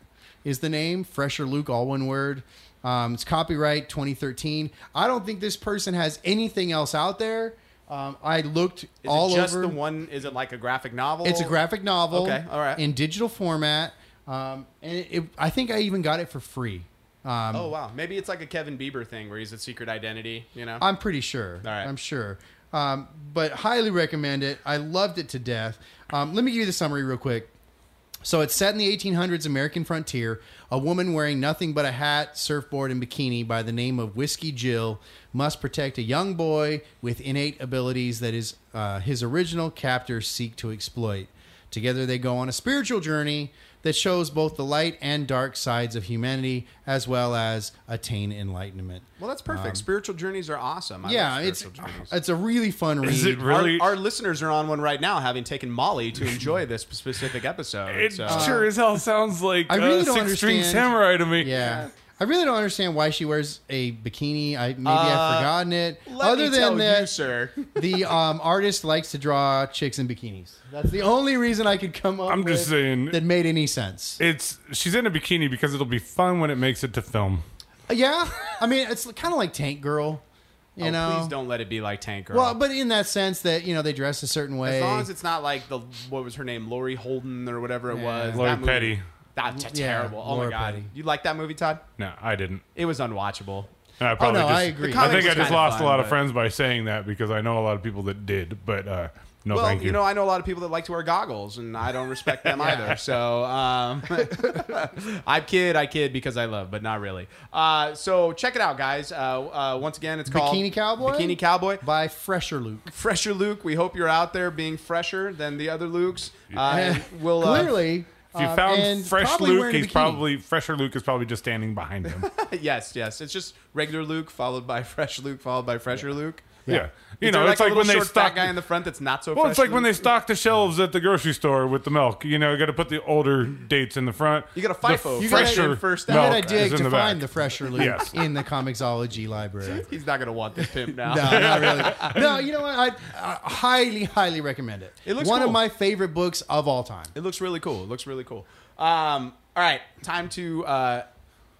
D: is the name Fresher Luke, all one word. Um, it's copyright 2013. I don't think this person has anything else out there. Um, I looked
B: Is
D: all
B: it just
D: over.
B: the one? Is it like a graphic novel?
D: It's a graphic novel.
B: Okay, all right.
D: In digital format, um, and it, it, I think I even got it for free. Um,
B: Oh wow, maybe it's like a Kevin Bieber thing where he's a secret identity. You know.
D: I'm pretty sure.
B: All right.
D: I'm sure. Um, but highly recommend it. I loved it to death. Um, let me give you the summary real quick. So it's set in the 1800s American frontier. A woman wearing nothing but a hat, surfboard, and bikini by the name of Whiskey Jill must protect a young boy with innate abilities that his, uh, his original captors seek to exploit. Together, they go on a spiritual journey that shows both the light and dark sides of humanity, as well as attain enlightenment.
B: Well, that's perfect. spiritual journeys are awesome. I
D: Um, yeah,
B: love
D: it's uh,
B: spiritual journeys.
D: it's a really fun read.
C: Is it
B: Our-
C: really?
B: our, listeners are on one right now, having taken Molly to enjoy this specific episode.
C: it
B: so.
C: sure as hell sounds like
D: uh, I really
C: uh,
D: don't
C: Six String
D: understand-
C: Samurai to me.
D: yeah. I really don't understand why she wears a bikini. I maybe
B: Uh,
D: I've forgotten it.
B: Let
D: Other
B: me
D: than
B: tell
D: that,
B: you, sir,
D: the um, artist likes to draw chicks in bikinis. That's the only reason I could come up.
C: I'm just
D: with
C: saying-
D: that made any sense.
C: It's she's in a bikini because it'll be fun when it makes it to film.
D: Uh, Yeah, I mean it's kind of like Tank Girl, you
B: Oh,
D: know.
B: please don't let it be like Tank Girl.
D: Well, but in that sense that you know they dress a certain way.
B: as long as it's not like the what was her name, Lori Holden or whatever it
D: Yeah.
B: was.
C: Lori
B: that movie-
C: Petty.
B: That's
D: Yeah,
B: terrible. Oh my
D: Laura
B: god,
D: Petty.
B: you like that movie, Todd?
C: No, I didn't.
B: It was unwatchable.
C: And I probably
D: no,
C: just,
D: I agree. The
C: I
B: comic was
C: think I just
B: kinda
C: lost
B: fun,
C: a lot of
B: but-
C: friends by saying that because I know a lot of people that did, but uh, no,
B: Well,
C: thank
B: you. know, I know a lot of people that like to wear goggles, and I don't respect them either. So um, I kid, I kid because I love, but not really. Uh, so check it out, guys. Uh, uh, once again, it's called
D: Bikini Cowboy?
B: Bikini Cowboy.
D: by Fresher Luke.
B: Fresher Luke. We hope you're out there being fresher than the other Lukes. Uh, and we'll uh,
D: Clearly,
C: If you
D: uh,
C: found
D: and
C: fresh
D: probably
C: Luke,
D: wearing a
C: he's
D: bikini.
C: probably fresher Luke is probably just standing behind him.
B: yes, yes. It's just regular Luke followed by fresh Luke followed by fresher Luke.
C: yeah. you
B: Is
C: know,
B: there,
C: it's
B: a
C: like
B: little
C: when they
B: short,
C: stock
B: fat guy in the front that's not so.
C: Well,
B: fresh
C: it's like when they
B: Luke?
C: stock the shelves at the grocery store with the milk. You know, you got to put the older dates in the front.
B: You gotta
C: The
B: FIFO.
C: f-
B: You
D: gotta
C: fresher
B: in first.
D: That
C: milk
D: I dig
C: is in
D: to
C: the
D: find the
C: back.
D: Fresher Luke
C: Yes.
D: in the comicsology library.
B: He's not gonna want this pimp now.
D: No, not really. No, you know what? I, I highly, highly recommend it.
B: It looks
D: one
B: cool.
D: of my favorite books of all time.
B: It looks really cool. It looks really cool. Um, all right, time to uh,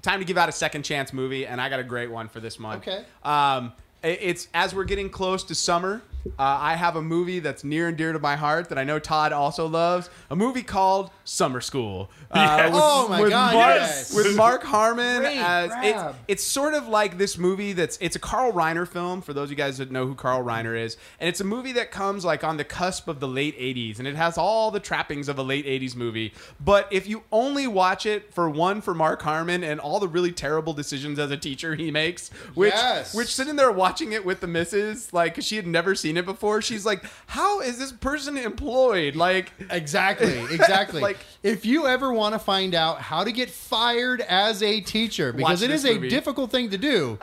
B: time to give out a second chance movie, and I got a great one for this month.
D: Okay.
B: Um, it- it's as we're getting close to summer. Uh, I have a movie that's near and dear to my heart that I know Todd also loves. A movie called Summer School. Uh,
C: Yes.
D: Oh my
B: with
D: god!
B: Mark,
D: yes.
B: with Mark Harmon
D: Great
B: as it's
D: grab.
B: it's sort of like this movie that's it's a Carl Reiner film for those of you guys that know who Carl Reiner is, and it's a movie that comes like on the cusp of the late '80s, and it has all the trappings of a late '80s movie. But if you only watch it for one for Mark Harmon and all the really terrible decisions as a teacher he makes, which
D: Yes.
B: which sitting there watching it with the missus, like 'cause she had never seen it before, she's like, "How is this person employed?" Like.
D: Exactly, exactly.
B: Like-
D: if you ever want to find out how to get fired as a teacher, because
B: Watch
D: it is
B: this
D: a
B: movie.
D: difficult thing to do,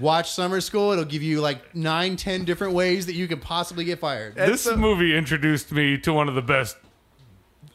D: watch Summer School. It'll give you like nine, ten different ways that you could possibly get fired.
C: This
B: It's a-
C: movie introduced me to one of the best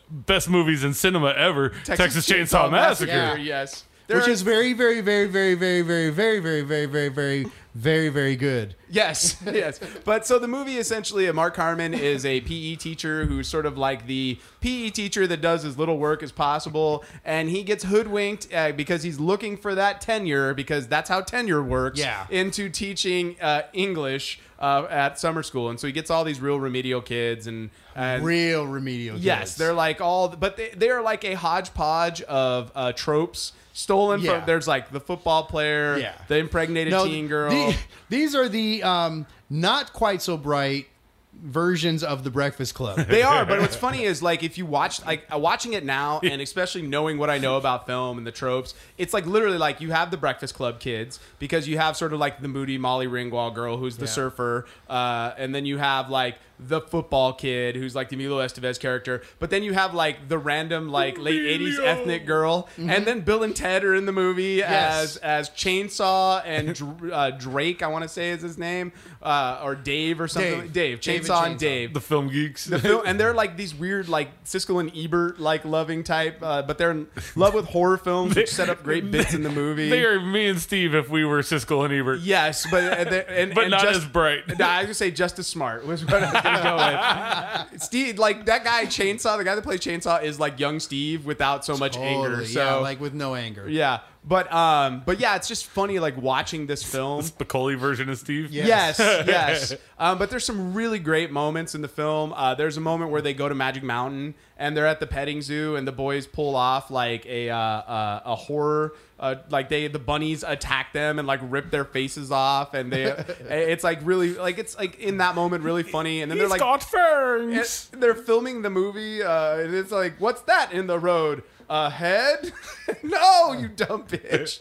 C: best movies in cinema ever, Texas, Chainsaw, Massacre.
D: Massacre.
B: Yes. There
D: Which
B: are-
D: is very, very, very, very, very, very, very, very, very, very, very, very, very good.
B: Yes, yes. But so the movie essentially, uh, Mark Harmon is a PE teacher who's sort of like the PE teacher that does as little work as possible, and he gets hoodwinked uh, because he's looking for that tenure because that's how tenure works.
D: Yeah.
B: Into teaching uh, English uh, at summer school, and so he gets all these real remedial kids and. and
D: Real remedial.
B: Yes,
D: kids.
B: they're like all, but they, they are like a hodgepodge of uh, tropes stolen
D: Yeah.
B: from. There's like the football player,
D: Yeah.
B: the impregnated teen girl.
D: the- these are the um, not quite so bright versions of the Breakfast Club.
B: They are, but what's funny is like if you watch like uh, watching it now, and especially knowing what I know about film and the tropes, it's like literally like you have the Breakfast Club kids because you have sort of like the moody Molly Ringwald girl who's the
D: Yeah.
B: surfer, uh, and then you have like the football kid who's like the Emilio Estevez character, but then you have like the random like late eighties
C: Emilio.
B: ethnic girl, and then Bill and Ted are in the movie
D: Mm-hmm.
B: as
D: Yes.
B: as Chainsaw and Dr- uh, Drake, I want to say is his name, uh, or Dave or something, Dave, Dave
D: Dave. Dave and
B: Chainsaw and
D: Chainsaw.
B: Dave
C: The film geeks.
B: film- and they're like these weird, like Siskel and Ebert, like loving type, uh, but they're in love with horror films, which set up great bits in the movie.
C: they are me and Steve if we were Siskel and Ebert.
B: yes, but and, they're- and,
C: But
B: and
C: not
B: just,
C: as bright.
B: Nah, I was gonna say just as smart was what I was gonna go with. Steve, like that guy Chainsaw, the guy that plays Chainsaw is like young Steve without so much anger.
D: Totally,
B: So
D: yeah, like with no anger.
B: yeah, but um, but yeah, it's just funny like watching this film.
C: Spicoli version of Steve.
D: Yeah.
B: Yes, yes. Um, but there's some really great moments in the film. Uh, there's a moment where they go to Magic Mountain and they're at the petting zoo, and the boys pull off like a uh, uh, a horror. Uh, like they the bunnies attack them and like rip their faces off, and they it's like really like it's like in that moment really funny, and then
C: He's
B: they're like
C: got
B: and
C: ferns.
B: they're filming the movie, uh, and it's like, what's that in the road? A head? no, you dumb bitch.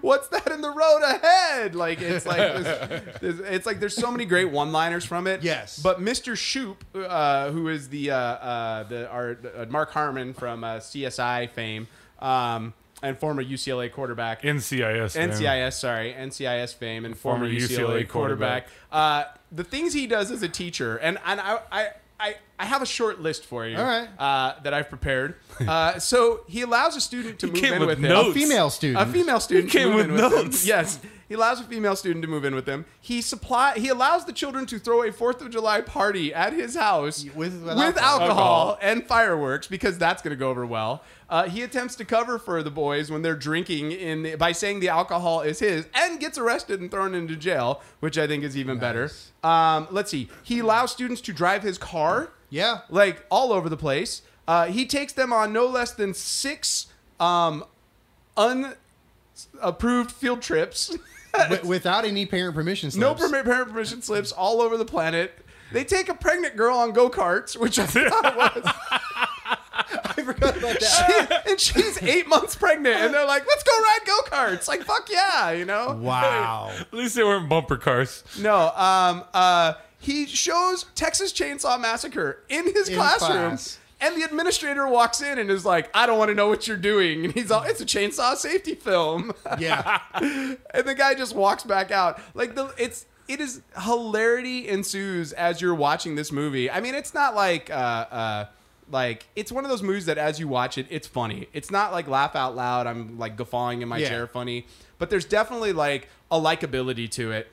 B: What's that in the road ahead? Like it's like this, this, it's like there's so many great one-liners from it.
D: Yes.
B: but Mr. Shoop, uh, who is the uh, uh, the our uh, Mark Harmon from uh, CSI fame um, and former UCLA quarterback,
C: NCIS. man.
B: NCIS, sorry, NCIS fame and former,
C: Former
B: UCLA,
C: UCLA
B: quarterback.
C: quarterback.
B: Uh, the things he does as a teacher, and and I I. I I have a short list for you
D: All right.
B: uh, that I've prepared. Uh, so he allows a student to move
C: came
B: in
C: with
B: with, him.
C: notes.
D: Female student.
B: A female student
C: He came
B: move
C: with
B: in him.
C: notes.
B: Yes, He allows a female student to move in with him. He supply he allows the children to throw a Fourth of July party at his house
D: With- with
B: alcohol.
D: alcohol.
B: and fireworks because that's going to go over well. Uh, he attempts to cover for the boys when they're drinking in the, by saying the alcohol is his and gets arrested and thrown into jail, which I think is even better. Um, let's see. He allows students to drive his car
D: Yeah.
B: like all over the place. Uh, he takes them on no less than six um, unapproved field trips,
D: Wi- without any parent permission slips.
B: no permit, parent permission slips all over the planet. They take a pregnant girl on go karts, which I thought was,
D: I forgot about that.
B: and she's eight months pregnant, and they're like, "Let's go ride go karts!" Like, fuck yeah, you know?
D: Wow.
C: At least they weren't bumper cars.
B: No, um, uh, he shows Texas Chainsaw Massacre in his
D: In
B: classroom.
D: class.
B: And the administrator walks in and is like, I don't want to know what you're doing. And he's all, it's a chainsaw safety film.
D: Yeah.
B: and the guy just walks back out. Like the it's it is hilarity ensues as you're watching this movie. I mean, it's not like uh uh like it's one of those movies that as you watch it, it's funny. It's not like laugh out loud. I'm like guffawing in my
D: Yeah.
B: chair, funny. But there's definitely like a likability to it.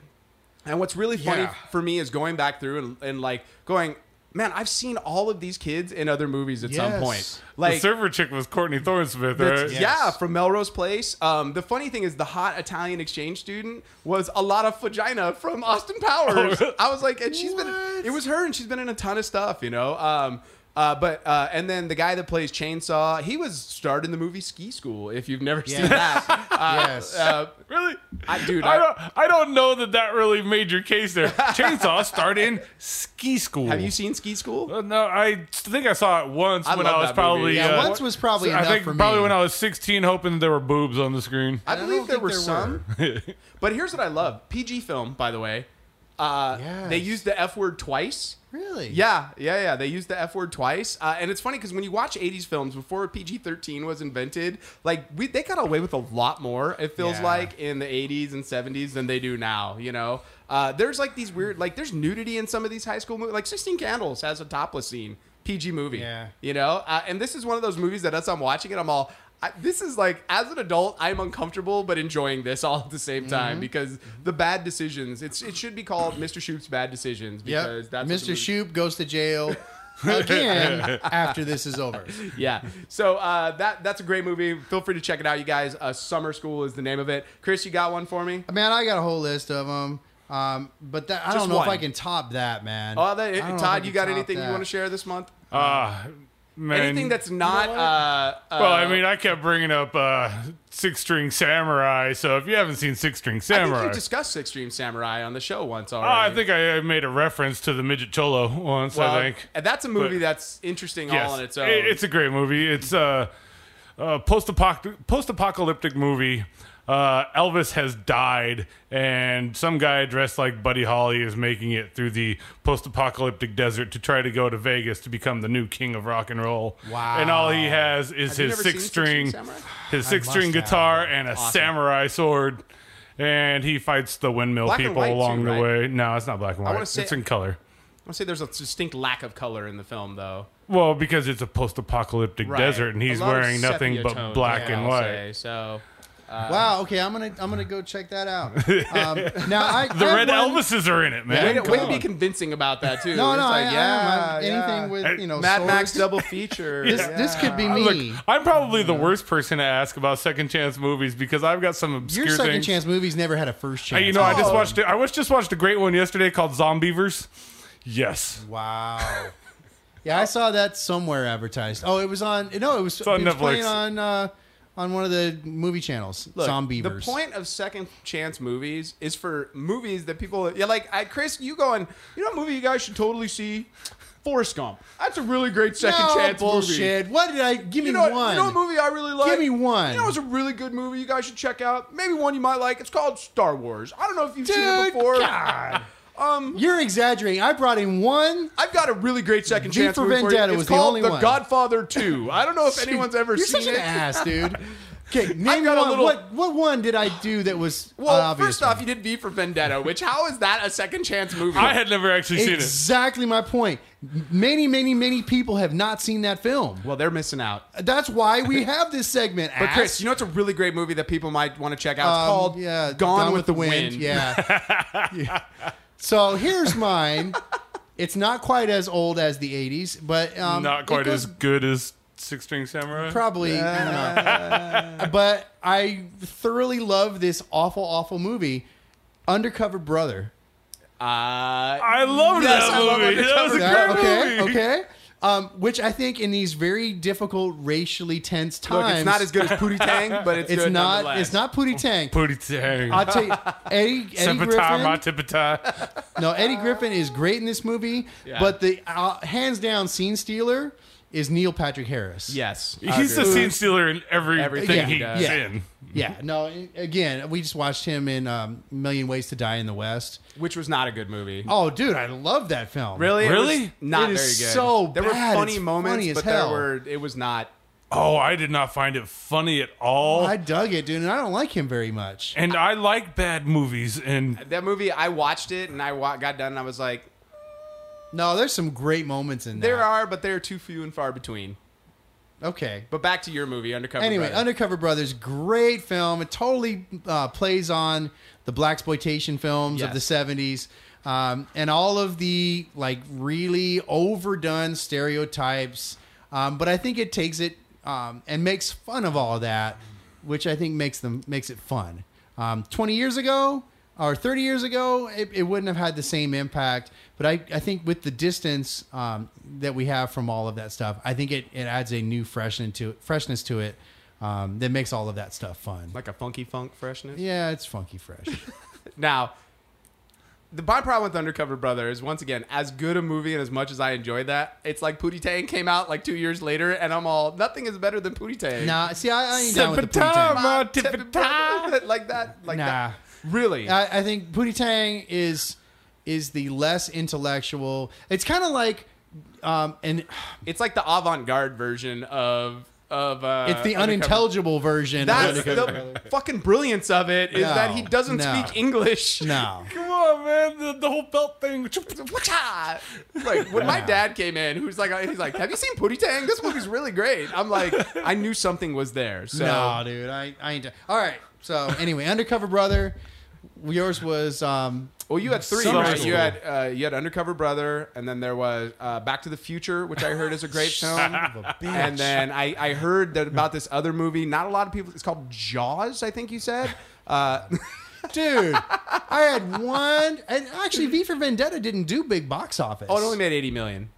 B: And what's really funny
D: Yeah.
B: for me is going back through and, and like going, man, I've seen all of these kids in other movies at some
D: Yes.
B: point.
C: the
B: Like
C: server chick was Courtney Thornsmith,
B: that's-
C: right?
D: Yes.
B: Yeah, from Melrose Place. Um, the funny thing is, the hot Italian exchange student was a lot of vagina from Austin Powers. I was like, and she's been,
D: What?
B: it was her, and she's been in a ton of stuff, you know. Um, uh, but uh, and then the guy that plays Chainsaw, he was starred in the movie Ski School. If you've never seen that, uh,
D: yes.
B: uh,
C: Really?
B: I, dude,
C: I
B: I,
C: don't, I don't know that that really made your case there. Chainsaw starred in Ski School.
B: have you seen Ski School?
C: Uh, No, I think I saw it once
B: I
C: when
B: love
C: I was
B: that movie.
C: probably.
D: yeah,
C: uh,
D: once was probably
C: I
D: enough
C: think
D: for
C: probably
D: me.
C: when I was 16, hoping there were boobs on the screen.
B: I
D: don't
B: believe there
D: think
B: were
D: there
B: some. but here's what I love: PG film, by the way. Uh, They
D: Yes.
B: used the F word twice.
D: really?
B: Yeah, yeah, yeah. They used the F word twice, uh, and it's funny because when you watch '80s films before PG thirteen was invented, like we, they got away with a lot more. It feels
D: Yeah.
B: like in the '80s and '70s than they do now. You know, uh, there's like these weird, like there's nudity in some of these high school movies. Like Sixteen Candles has a topless scene, PG movie.
D: Yeah.
B: you know, uh, and this is one of those movies that as I'm watching it, I'm all. I, this is like as an adult i'm uncomfortable but enjoying this all at the same time
D: Mm-hmm.
B: because the bad decisions it's it should be called mr shoop's bad decisions because
D: Yep.
B: that's what the
D: Mr.
B: movie-
D: Shoop goes to jail again after this is over.
B: yeah. So uh, that that's a great movie. Feel free to check it out, you guys. Uh, Summer School is the name of it. Chris, you got one for me?
D: Man, I got a whole list of them. Um, but that, I
B: Just
D: don't know
B: one.
D: if I can top that, man.
B: Oh, that,
D: I don't know if I
B: Todd,
D: can
B: you got
D: top
B: anything you
D: that.
B: want to share this month?
C: Ah, man.
B: anything that's not.
D: know what?
B: uh, uh,
C: Well, I mean, I kept bringing up uh, Six String Samurai, so if you haven't seen Six String
B: I think
C: Samurai.
B: you discussed Six Dream Samurai on the show once
C: Oh,
B: already.
C: I think I I made a reference to the midget cholo once.
B: Well,
C: I think
B: and that's a movie
C: But-
B: that's interesting all on its own.
C: It- it's a great movie. It's a, a post-apoc- post-apocalyptic movie. Uh, Elvis has died, and some guy dressed like Buddy Holly is making it through the post-apocalyptic desert to try to go to Vegas to become the new king of rock and roll.
D: Wow.
C: And all he has is
B: you never seen
C: his
B: Six String
C: six-string,
B: Samurai?
C: his six-string
D: must have.
C: guitar, and a samurai sword. And he fights the windmill
B: Black and
C: people
B: white too,
C: along the
B: right?
C: way. No, it's not black and
B: wanna
C: white.
B: say-
C: It's in color.
B: I want to say there's a distinct lack of color in the film, though.
C: Well, because it's a post-apocalyptic
B: Right.
C: desert, and
B: A
C: he's
B: lot of
C: wearing nothing
B: sepia
C: but
B: tones,
C: black
B: yeah,
C: and
B: I'll
C: white.
B: say, so
D: Wow. Okay, I'm gonna I'm gonna go check that out. Um, now I
C: The Red Elvises are in it,
B: way
C: man.
B: to,
D: Come
B: way to be
D: on.
B: convincing about that too.
D: No,
B: It's
D: no,
B: like,
D: I, I
B: yeah,
D: am. I'm- anything
B: yeah.
D: with you know
B: Mad Max
D: swords.
B: double feature.
D: This this could be me.
C: Look, I'm probably the worst person to ask about second chance movies because I've got some obscure
D: Your second
C: things.
D: chance movies never had a first
C: Uh,
D: chance.
C: You know, I just
B: Oh.
C: watched. I was just watched a great one yesterday called Zombievers. Yes,
D: Wow. yeah, I saw that somewhere advertised. Oh, it was on. No, it was,
C: on
D: it was
C: Netflix.
D: playing on uh, on one of the movie channels.
B: Look,
D: Zombievers.
B: The point of second chance movies is for movies that people yeah, like I, Chris, you going, you know what movie you guys should totally see? Forrest Gump. That's a really great second
D: no,
B: chance movie.
D: bullshit. What did I give
B: You
D: me
B: know, what,
D: one?
B: you know what movie I really like?
D: me one.
B: You know it's a really good movie you guys should check out? Maybe one you might like. It's called Star Wars. I don't know if you've seen it
D: Dude,
B: before. Um,
D: God. You're exaggerating. I brought in one.
B: I've got a really great second
D: V
B: chance
D: for
B: movie for you.
D: Vendetta
B: It's
D: was the
B: called
D: only one.
B: Godfather 2. I don't know if anyone's ever
D: You're
B: seen
D: such an
B: it.
D: ass, dude. Okay, name
B: got a
D: one.
B: little-
D: What what one did I do that was
B: Well,
D: an obvious?
B: first off,
D: one?
B: you did V for Vendetta, which how is that a second chance movie?
C: I had never actually seen it.
D: exactly my point. Many, many, many people have not seen that film.
B: well, they're missing out.
D: That's why we have this segment.
B: But Chris, you know it's a really great movie that people might want to check out. It's
D: Um,
B: called
D: yeah,
B: Gone, with, the Wind.
D: Yeah. Yeah. So here's mine. It's not quite as old as the '80s, but um,
C: Not
D: it
C: quite
D: goes
C: as good as Six String Samurai.
D: probably. no. But I thoroughly love this awful, awful movie, Undercover Brother.
B: Uh,
C: I loved
B: Yes,
C: that
B: I love
C: movie. That was a
D: Yeah,
C: great
D: okay,
C: movie.
D: okay. Um, which I think in these very difficult, racially tense times,
B: look, it's not as good as Pootie Tang, but it's,
D: it's
B: good
D: not
B: nonetheless.
D: it's not Pootie Tang.
C: Pretty dang.
D: I'll tell you, Eddie, Eddie
C: Sepatah, my
D: Griffin.
C: tipitah.
D: No, Eddie Griffin is great in this movie,
B: Yeah.
D: but the uh, hands down scene stealer is Neil Patrick Harris.
B: Yes, I
C: He's the
B: agree.
C: scene stealer in everything,
B: Everything
C: he
B: he
C: does.
B: does.
C: in.
D: yeah. No, a- again, we just watched him in um, Million Ways to Die in the West.
B: which was not a good movie.
D: Oh, dude, I love that film.
B: Really? It
C: Really?
B: was not
D: It is
B: very good.
D: so
B: there
D: bad.
B: were funny
D: It's
B: moments,
D: funny as
B: but
D: hell.
B: there were. It was not.
C: Oh, I did not find it funny at all.
D: I dug it, dude, and I don't like him very much.
C: and I like bad movies. And
B: That movie, I watched it and I wa- got done and I was like,
D: No, there's some great moments in
B: there are, but they're too few and far between.
D: Okay.
B: But back to your movie, Undercover.
D: Anyway,
B: Brother.
D: Undercover Brothers, great film. It totally uh, plays on the black exploitation films of
B: Yes.
D: the '70s um, and all of the like really overdone stereotypes. Um, but I think it takes it um, and makes fun of all of that, which I think makes them makes it fun. Um, Twenty years ago or 30 years ago, it, it wouldn't have had the same impact. But I, I think with the distance um, that we have from all of that stuff, I think it, it adds a new freshness to it, freshness to it um, that makes all of that stuff fun.
B: like a funky funk freshness.
D: Yeah, it's funky fresh.
B: Now, the my problem with Undercover Brother is once again, as good a movie and as much as I enjoyed that, it's like Pootie Tang came out like two years later, and I'm all nothing is better than Pootie Tang.
D: nah, see, I, I ain't down with the Pootie
C: Sepatama.
D: Tang.
C: Ah,
B: Tip-a-tap. like that, like
D: Nah. Uh,
B: that. Really?
D: I, I think Pootie Tang is is the less intellectual. It's kind of like,
B: Uh,
D: um, and
B: it's like the avant-garde version of of uh,
D: it's the
B: Undercover-
D: unintelligible version.
B: That's
D: of Undercover Brother.
B: the fucking brilliance of it is
D: No,
B: that he doesn't
D: no.
B: speak English.
D: no.
C: come on, man, the, the whole belt thing.
B: Wacha! Like when my dad came in, who's like, he's like, "Have you seen Pootie Tang? This movie's really great." I'm like, I knew something was there. So
D: No, dude, I, I ain't. All right. So anyway, undercover brother, yours was um,
B: Well, you had three.
D: Summer
B: Right?
D: School.
B: You had uh, you had Undercover Brother, and then there was uh, Back to the Future, which I heard is a great film. And then I, I heard that about this other movie. Not a lot of people. It's called Jaws. I think you said. Uh,
D: dude. I had one, and actually, V for Vendetta didn't do big box office.
B: oh, it only made eighty million.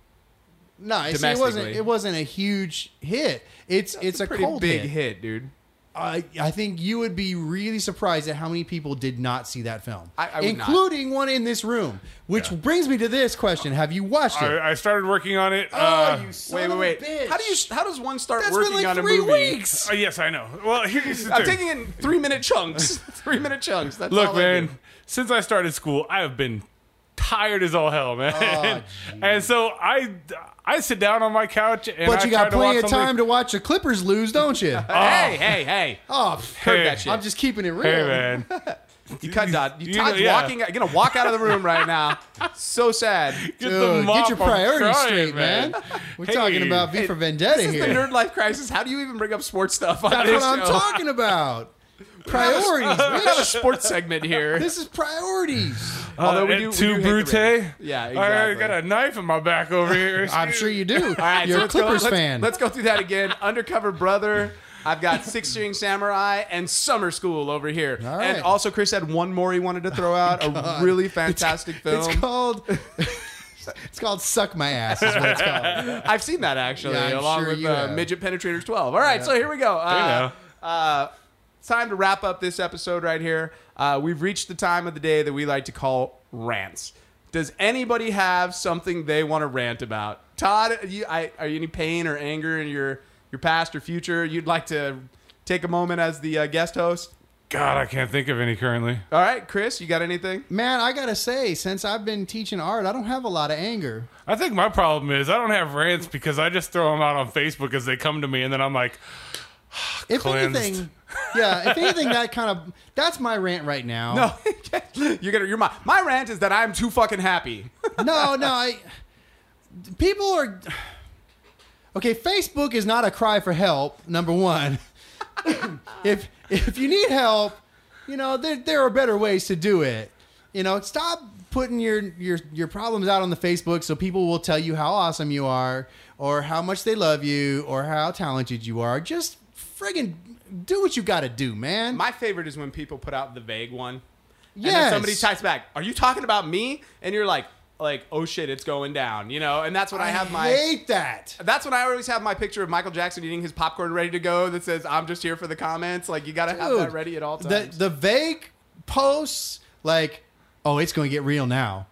D: no, I see, it wasn't.
B: domestically.
D: It wasn't a huge hit. It's it's a,
B: pretty
D: cold
B: big
D: hit.
B: hit, dude.
D: I I think you would be really surprised at how many people did not see that film,
B: I- I would not.
D: including one in this room. Which brings me to this question: Have you watched it?
C: I, I started working on it.
D: oh,
C: uh,
D: you son
B: Wait,
D: of
B: wait,
D: a
B: wait.
D: bitch.
B: How do you? How does one start
D: That's
B: working
D: been like
B: on a
D: three
B: movie?
D: weeks.
C: uh, yes, I know. Well, here's the
B: I'm
C: thing.
B: taking in three minute chunks. three minute chunks. That's
C: Look,
B: all I
C: man,
B: do.
C: since I started school, I have been tired as all hell, man.
D: Oh,
C: and so I, I sit down on my couch and
D: But
C: I
D: you
C: try
D: got plenty
C: to watch
D: of time
C: something.
D: to watch the Clippers lose, don't you?
B: Hey, hey, hey!
D: Oh,
B: Heard
C: Hey.
B: that shit.
D: I'm just keeping it real.
C: Hey, man.
B: you cut Todd. You,
C: you
B: Todd's
C: know, yeah.
B: walking. You're gonna walk out of the room right now. so sad.
C: Get,
D: Dude,
C: the mop,
D: get your
C: I'm
D: priorities
C: trying,
D: straight, man. We're
C: Hey.
D: talking about V for Vendetta
B: This is
D: here.
B: the nerd life crisis. How do you even bring up sports stuff on
D: That's
B: this
D: what I'm
B: show?
D: talking about. priorities.
B: We have a
D: bitch.
B: sports segment here.
D: this is priorities.
B: Although we
C: Uh, and
B: do- we
C: two
B: do hate the
C: brute.
B: Ravens. Yeah,
C: I
B: exactly.
C: got a knife in my back over here.
D: I'm sure you do.
B: right,
D: You're
B: so
D: a
B: let's go-
D: Clippers
B: let's-
D: fan.
B: Let's go through that again. Undercover brother. I've got Six String Samurai and Summer School over here.
D: All
B: And
D: right. Oh
B: also, Chris had one more he wanted to throw out. a really fantastic film.
D: It's called. it's called "Suck My Ass." Is what it's called.
B: I've seen that actually,
D: Yeah, I'm
B: along
D: sure
B: with
D: you
B: uh,
D: have.
B: Midget Penetrators 12. All right, so here we go. Uh, uh, it's time to wrap up this episode right here. Uh, we've reached the time of the day that we like to call rants. Does anybody have something they want to rant about? Todd, are you, I, are you any pain or anger in your your past or future? You'd like to take a moment as the uh, guest host.
C: God, I can't think of any currently.
B: All right, Chris, you got anything?
D: Man, I gotta say, since I've been teaching art, I don't have a lot of anger.
C: I think my problem is I don't have rants because I just throw them out on Facebook as they come to me, and then I'm like,
D: If
C: Cleansed.
D: anything, yeah, if anything, that kind of that's my rant right now.
B: No, you're gonna. You're my my rant is that I'm too fucking happy.
D: no, no. I, people are okay. Facebook is not a cry for help. Number one, if if you need help, you know there there are better ways to do it. You know, stop putting your your your problems out on the Facebook so people will tell you how awesome you are or how much they love you or how talented you are. Just friggin' do what you got to do, man.
B: My favorite is when people put out the vague one. And then
D: Yes.
B: somebody types back, "Are you talking about me?" And you're like, "Like, oh shit, it's going down," you know. And that's when I, have my.
D: hate that.
B: that's when I always have my picture of Michael Jackson eating his popcorn ready to go that says, "I'm just here for the comments." Like, you gotta have
D: Dude,
B: that ready at all
D: The
B: times.
D: the vague posts like, oh, it's going to get real now.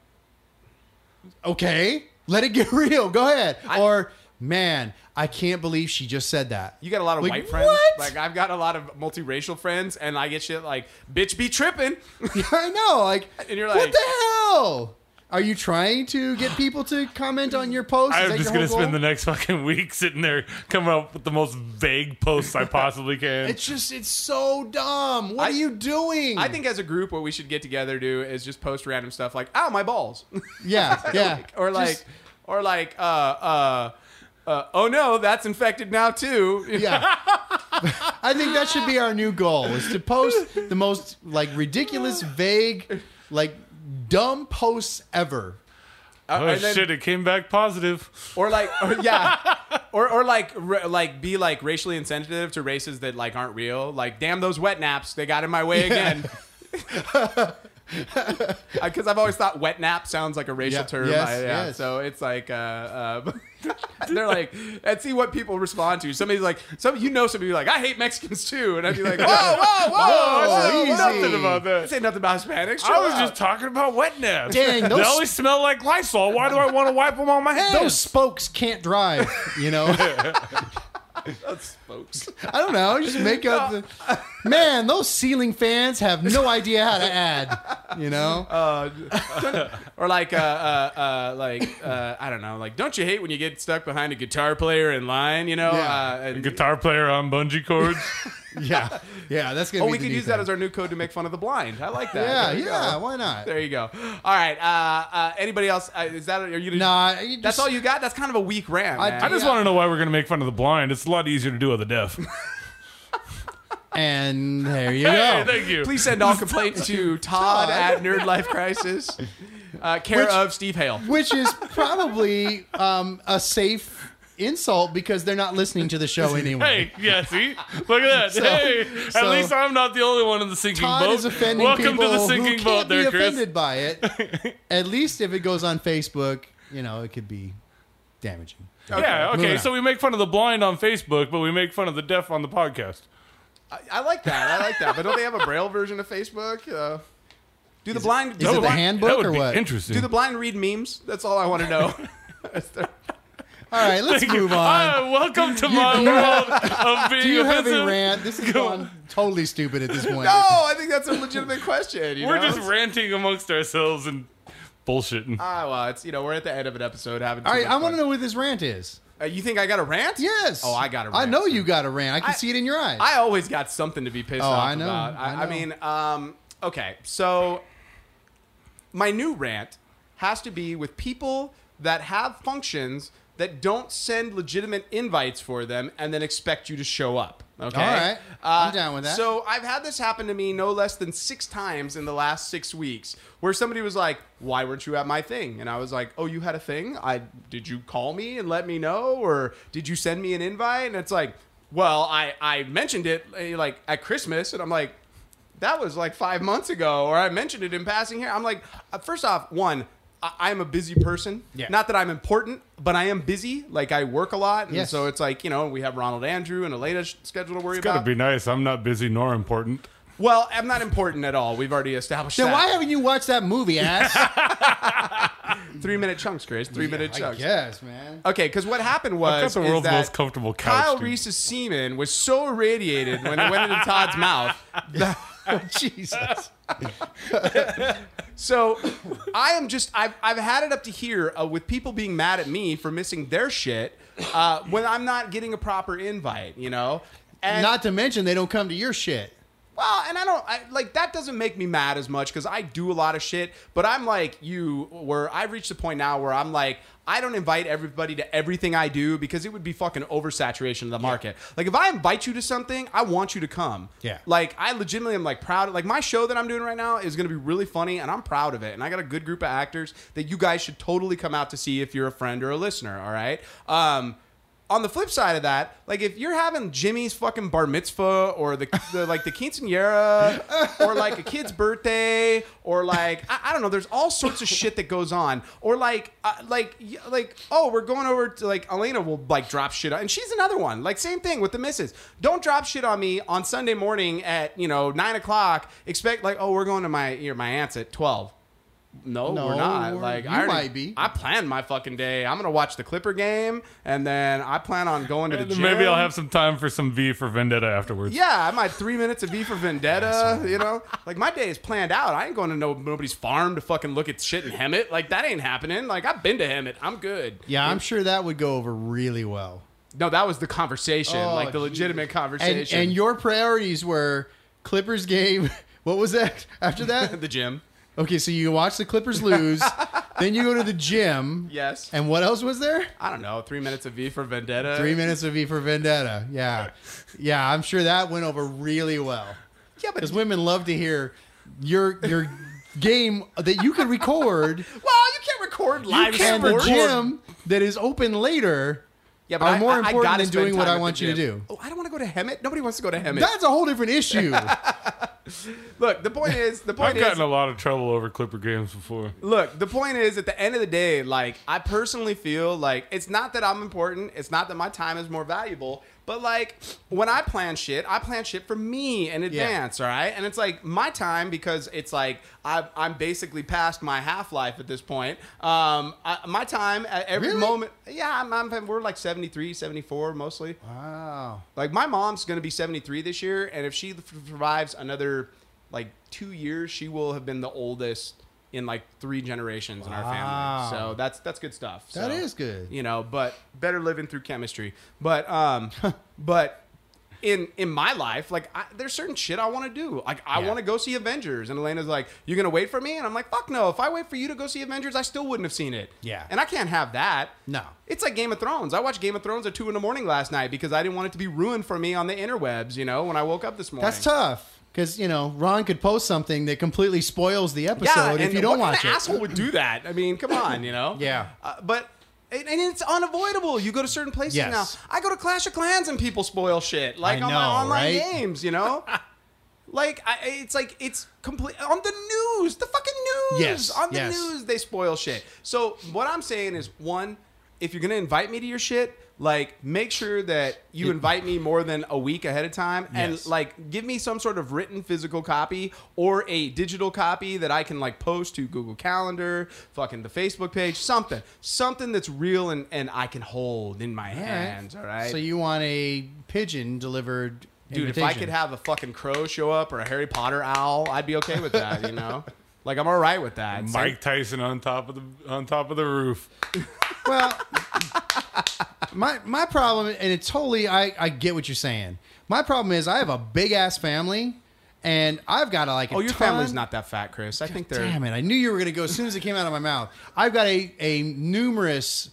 D: Okay, let it get real. Go ahead. or man, I can't believe she just said that.
B: you got a lot of
D: Like,
B: white friends.
D: what?
B: Like, I've got a lot of multiracial friends, and I get shit like, "Bitch, be tripping."
D: I know. Like,
B: And you're
D: what
B: like-
D: the hell? Are you trying to get people to comment on your post? Is
C: I'm
D: that
C: just
D: your
C: gonna
D: whole
C: spend the
D: goal?
C: next fucking week sitting there coming up with the most vague posts I possibly can.
D: It's just it's so dumb. What
B: I-
D: are you doing?
B: I think as a group, what we should get together do is just post random stuff like, "Ow, my balls,"
D: yeah, yeah.
B: or like,
D: Just-
B: or like, uh, uh, uh, "Oh no, that's infected now too."
D: Yeah. I think that should be our new goal is to post the most like ridiculous, vague, like dumb posts ever.
B: Uh,
C: oh
B: and then-
C: shit! It came back positive.
B: Or like, or, yeah, or or like, r- like be like racially insensitive to races that like aren't real. Like, damn those wet naps, they got in my way again. Because I've always thought wet nap sounds like a racial
D: Yeah,
B: term.
D: yes,
B: I- yeah,
D: yes.
B: So it's like, uh, uh, they're like, and see what people respond to. Somebody's like, some you know, somebody like, I hate Mexicans too, and I'd be like, whoa, Oh, whoa, whoa,
D: Whoa,
B: I said
D: Oh, easy.
B: nothing about
C: about
B: that. I
C: that.
B: said nothing about Hispanics.
C: I
B: chill
C: was just
B: out.
C: talking about wet naps.
D: Dang,
C: they
D: those-
C: always smell like Lysol. Why do I want to wipe them on my hands?
D: Those spokes can't drive, you know.
B: folks.
D: I don't know. Just make up. The, man, those ceiling fans have no idea how to add. You know.
B: Uh, Or like, uh, uh, uh, like uh, I don't know, like don't you hate when you get stuck behind a guitar player in line? You know,
D: Yeah.
B: uh, and-
C: guitar player on bungee cords.
D: yeah, yeah. That's gonna.
B: oh,
D: be
B: we
D: the
B: could
D: new
B: use
D: thing.
B: that as our new code to make fun of the blind. I like that.
D: Yeah,
B: There you
D: yeah.
B: go.
D: Why not?
B: There you go. All right. Uh, uh, anybody else? Uh, is that are you? Gonna,
D: Nah, you
B: that's
D: just-
B: all you got. That's kind of a weak rant.
D: I-
B: man.
C: I just
D: Yeah.
C: want to know why we're gonna make fun of the blind. It's a lot easier to do with the deaf.
D: And there you
C: hey,
D: go.
C: thank you.
B: Please send all complaints to Todd at Nerd Life Crisis, uh, care
D: Which-
B: of Steve Hale.
D: Which is probably um, a safe insult because they're not listening to the show anyway.
C: Hey, yeah, see? Look at that. hey, at
D: so-
C: least I'm not the only one in the sinking
D: Todd
C: boat.
D: is offending
C: Welcome
D: people
C: to the sinking
D: who
C: boat
D: can't
C: there,
D: be
C: Chris.
D: offended by it. At least if it goes on Facebook, you know, it could be damaging.
C: Yeah,
D: moving
C: okay,
D: on.
C: so we make fun of the blind on Facebook, but we make fun of the deaf on the podcast.
B: I, I like that. I like that. But don't they have a braille version of Facebook? Uh, do the blind?
D: Is
B: do
D: it the
B: blind-
C: that
D: handbook
C: would
D: or
C: be
D: what?
C: interesting.
B: Do the blind read memes? That's all I want to know.
D: All right, let's move on.
C: Ah, welcome to my
D: do you
C: world of being
D: Do you have
C: offensive.
D: a rant? This is
C: Go-
D: gone totally stupid at this point.
B: no, I think that's a legitimate question. you
C: We're
B: know?
C: just ranting amongst ourselves and bullshitting.
D: Uh,
B: Ah, well, it's you know we're at the end of an episode. Having
D: All right, I want to know what this rant is.
B: Uh, you think I got a rant?
D: Yes.
B: Oh, I got a
D: I
B: rant,
D: know
B: so-
D: you got a rant. I can
B: I-
D: see it in your eyes.
B: I always got something to be pissed
D: Oh,
B: off
D: I know,
B: about. I,
D: I
B: I
D: know.
B: mean, um, okay, so my new rant has to be with people that have functions that don't send legitimate invites for them and then expect you to show up. Okay, Uh,
D: All right. I'm down with that.
B: So I've had this happen to me no less than six times in the last six weeks, where somebody was like, "Why weren't you at my thing?" And I was like, "Oh, you had a thing? I did you call me and let me know, or did you send me an invite?" And it's like, "Well, I I mentioned it eh, like at Christmas," and I'm like, that was like five months ago, or I mentioned it in passing here. I'm like, uh, first off, one, I- I'm a busy person.
D: Yeah.
B: Not that I'm important, but I am busy. Like I work a lot, and
D: Yes.
B: so it's like you know we have Ronald Andrew and Elena sh- scheduled to worry
C: It's gotta
B: about.
C: be nice. I'm not busy nor important.
B: well, I'm not important at all. We've already established
D: then
B: that.
D: why haven't you watched that movie, ass?
B: three minute chunks, Chris? Three minute
D: I
B: chunks.
D: guess, man.
B: Okay, because what happened
C: I've got
B: was
C: the
B: is
C: world's
B: that
C: most comfortable couch.
B: Kyle
C: dude.
B: Reese's semen was so irradiated when it went into Todd's mouth
D: Jesus.
B: So I am just I've, I've had it up to here uh, with people being mad at me for missing their shit uh, when I'm not getting a proper invite. You know, And-
D: Not to mention they don't come to your shit.
B: Well, and I don't I, like that doesn't make me mad as much because I do a lot of shit. But I'm like you, where I've reached a point now where I'm like I don't invite everybody to everything I do because it would be fucking oversaturation of the market. Like if I invite you to something, I want you to come.
D: Yeah.
B: Like I legitimately am like proud. Like my show that I'm doing right now is gonna be really funny, and I'm proud of it. And I got a good group of actors that you guys should totally come out to see if you're a friend or a listener. All right. Um, on the flip side of that, like if you're having Jimmy's fucking bar mitzvah or the, the like the quinceanera or like a kid's birthday or like I, I don't know, there's all sorts of shit that goes on or like uh, like y- like oh we're going over to like Elena will like drop shit on, and she's another one like same thing with the missus. Don't drop shit on me on Sunday morning at you know nine o'clock. Expect like oh we're going to my you know, my aunt's at twelve. No,
D: No,
B: we're not.
D: we're-
B: Like
D: you
B: I already-
D: might be.
B: I plan my fucking day. I'm gonna watch the Clipper game, and then I plan on going to the gym.
C: Maybe I'll have some time for some V for Vendetta afterwards.
B: Yeah, I might three minutes of V for Vendetta. you know, like my day is planned out. I ain't going to no nobody's farm to fucking look at shit in Hemet. Like that ain't happening. Like I've been to Hemet. I'm good.
D: Yeah, I'm sure that would go over really well.
B: No, that was the conversation,
D: Oh,
B: like the
D: geez.
B: legitimate
D: And,
B: conversation.
D: and your priorities were Clippers game. What was that after that?
B: the gym.
D: Okay, so you watch the Clippers lose, then you go to the gym.
B: Yes.
D: And what else was there?
B: I don't know. Three minutes of V for Vendetta.
D: Three minutes of V for Vendetta. Yeah, yeah. I'm sure that went over really well
B: Yeah, but
D: because women love to hear your your game that you can record.
B: well, you can't record live.
D: You can
B: sports.
D: the gym that is open later.
B: Yeah, but
D: are
B: I-
D: more
B: I- I
D: important
B: gotta
D: than
B: spend
D: doing what
B: time
D: I
B: at the
D: want you to
B: gym.
D: do.
B: Oh, I don't want to go to Hemet. Nobody wants to go to Hemet.
D: That's a whole different issue.
B: Look, the point is, the
C: I've
B: point
C: gotten
B: is,
C: a lot of trouble over Clipper games before.
B: look, the point is, at the end of the day, like I personally feel like it's not that I'm important, it's not that my time is more valuable, but like when I plan shit, I plan shit for me in advance, all right? And it's like my time because it's like I, I'm basically past my half life at this point. Um, I, my time at every
D: Really?
B: moment, yeah, I'm, I'm, we're like 73, 74 mostly.
D: wow.
B: Like my mom's gonna be 73 this year, and if she f- survives another like two years, she will have been the oldest in like three generations in our
D: Wow.
B: family. So that's that's good stuff.
D: That
B: That is
D: is good.
B: You know, but better living through chemistry. But um, but in in my life, like I, there's certain shit I want to do. Like I
D: Yeah.
B: want to go see Avengers, and Elena's like, "You're gonna wait for me?" And I'm like, "Fuck no! If I wait for you to go see Avengers, I still wouldn't have seen it."
D: Yeah.
B: and I can't have that.
D: No.
B: It's like Game of Thrones. I watched Game of Thrones at two in the morning last night because I didn't want it to be ruined for me on the interwebs. You know, when I woke up this morning.
D: That's tough because you know Ron could post something that completely spoils the episode
B: Yeah,
D: if
B: and
D: you don't
B: what
D: watch
B: kind
D: it.
B: of asshole would do that? I mean, come on, you know.
D: Yeah.
B: Uh, but and, and it's unavoidable. You go to certain places
D: Yes.
B: now. I go to Clash of Clans and people spoil shit like
D: I
B: on
D: know,
B: my online
D: right?
B: games. You know. Like I, it's like it's complete on the news, the fucking news.
D: Yes,
B: on the
D: yes.
B: news they spoil shit. So what I'm saying is, one, if you're gonna invite me to your shit, like make sure that you invite me more than a week ahead of time,
D: Yes.
B: and like give me some sort of written physical copy or a digital copy that I can like post to Google Calendar, fucking the Facebook page, something, something that's real and and I can hold in my
D: All right.
B: hands. All right.
D: So you want a pigeon delivered?
B: Dude, if I
D: invitation.
B: could have a fucking crow show up or a Harry Potter owl, I'd be okay with that, you know? like I'm all right with that. So-
C: Mike Tyson on top of the on top of the roof.
D: Well, my my problem, and it's totally I I get what you're saying. My problem is I have a big ass family, and I've got to like. A
B: oh, your
D: ton-
B: family's not that fat, Chris. I think they're
D: Damn it! I knew you were gonna go as soon as it came out of my mouth. I've got a a numerous,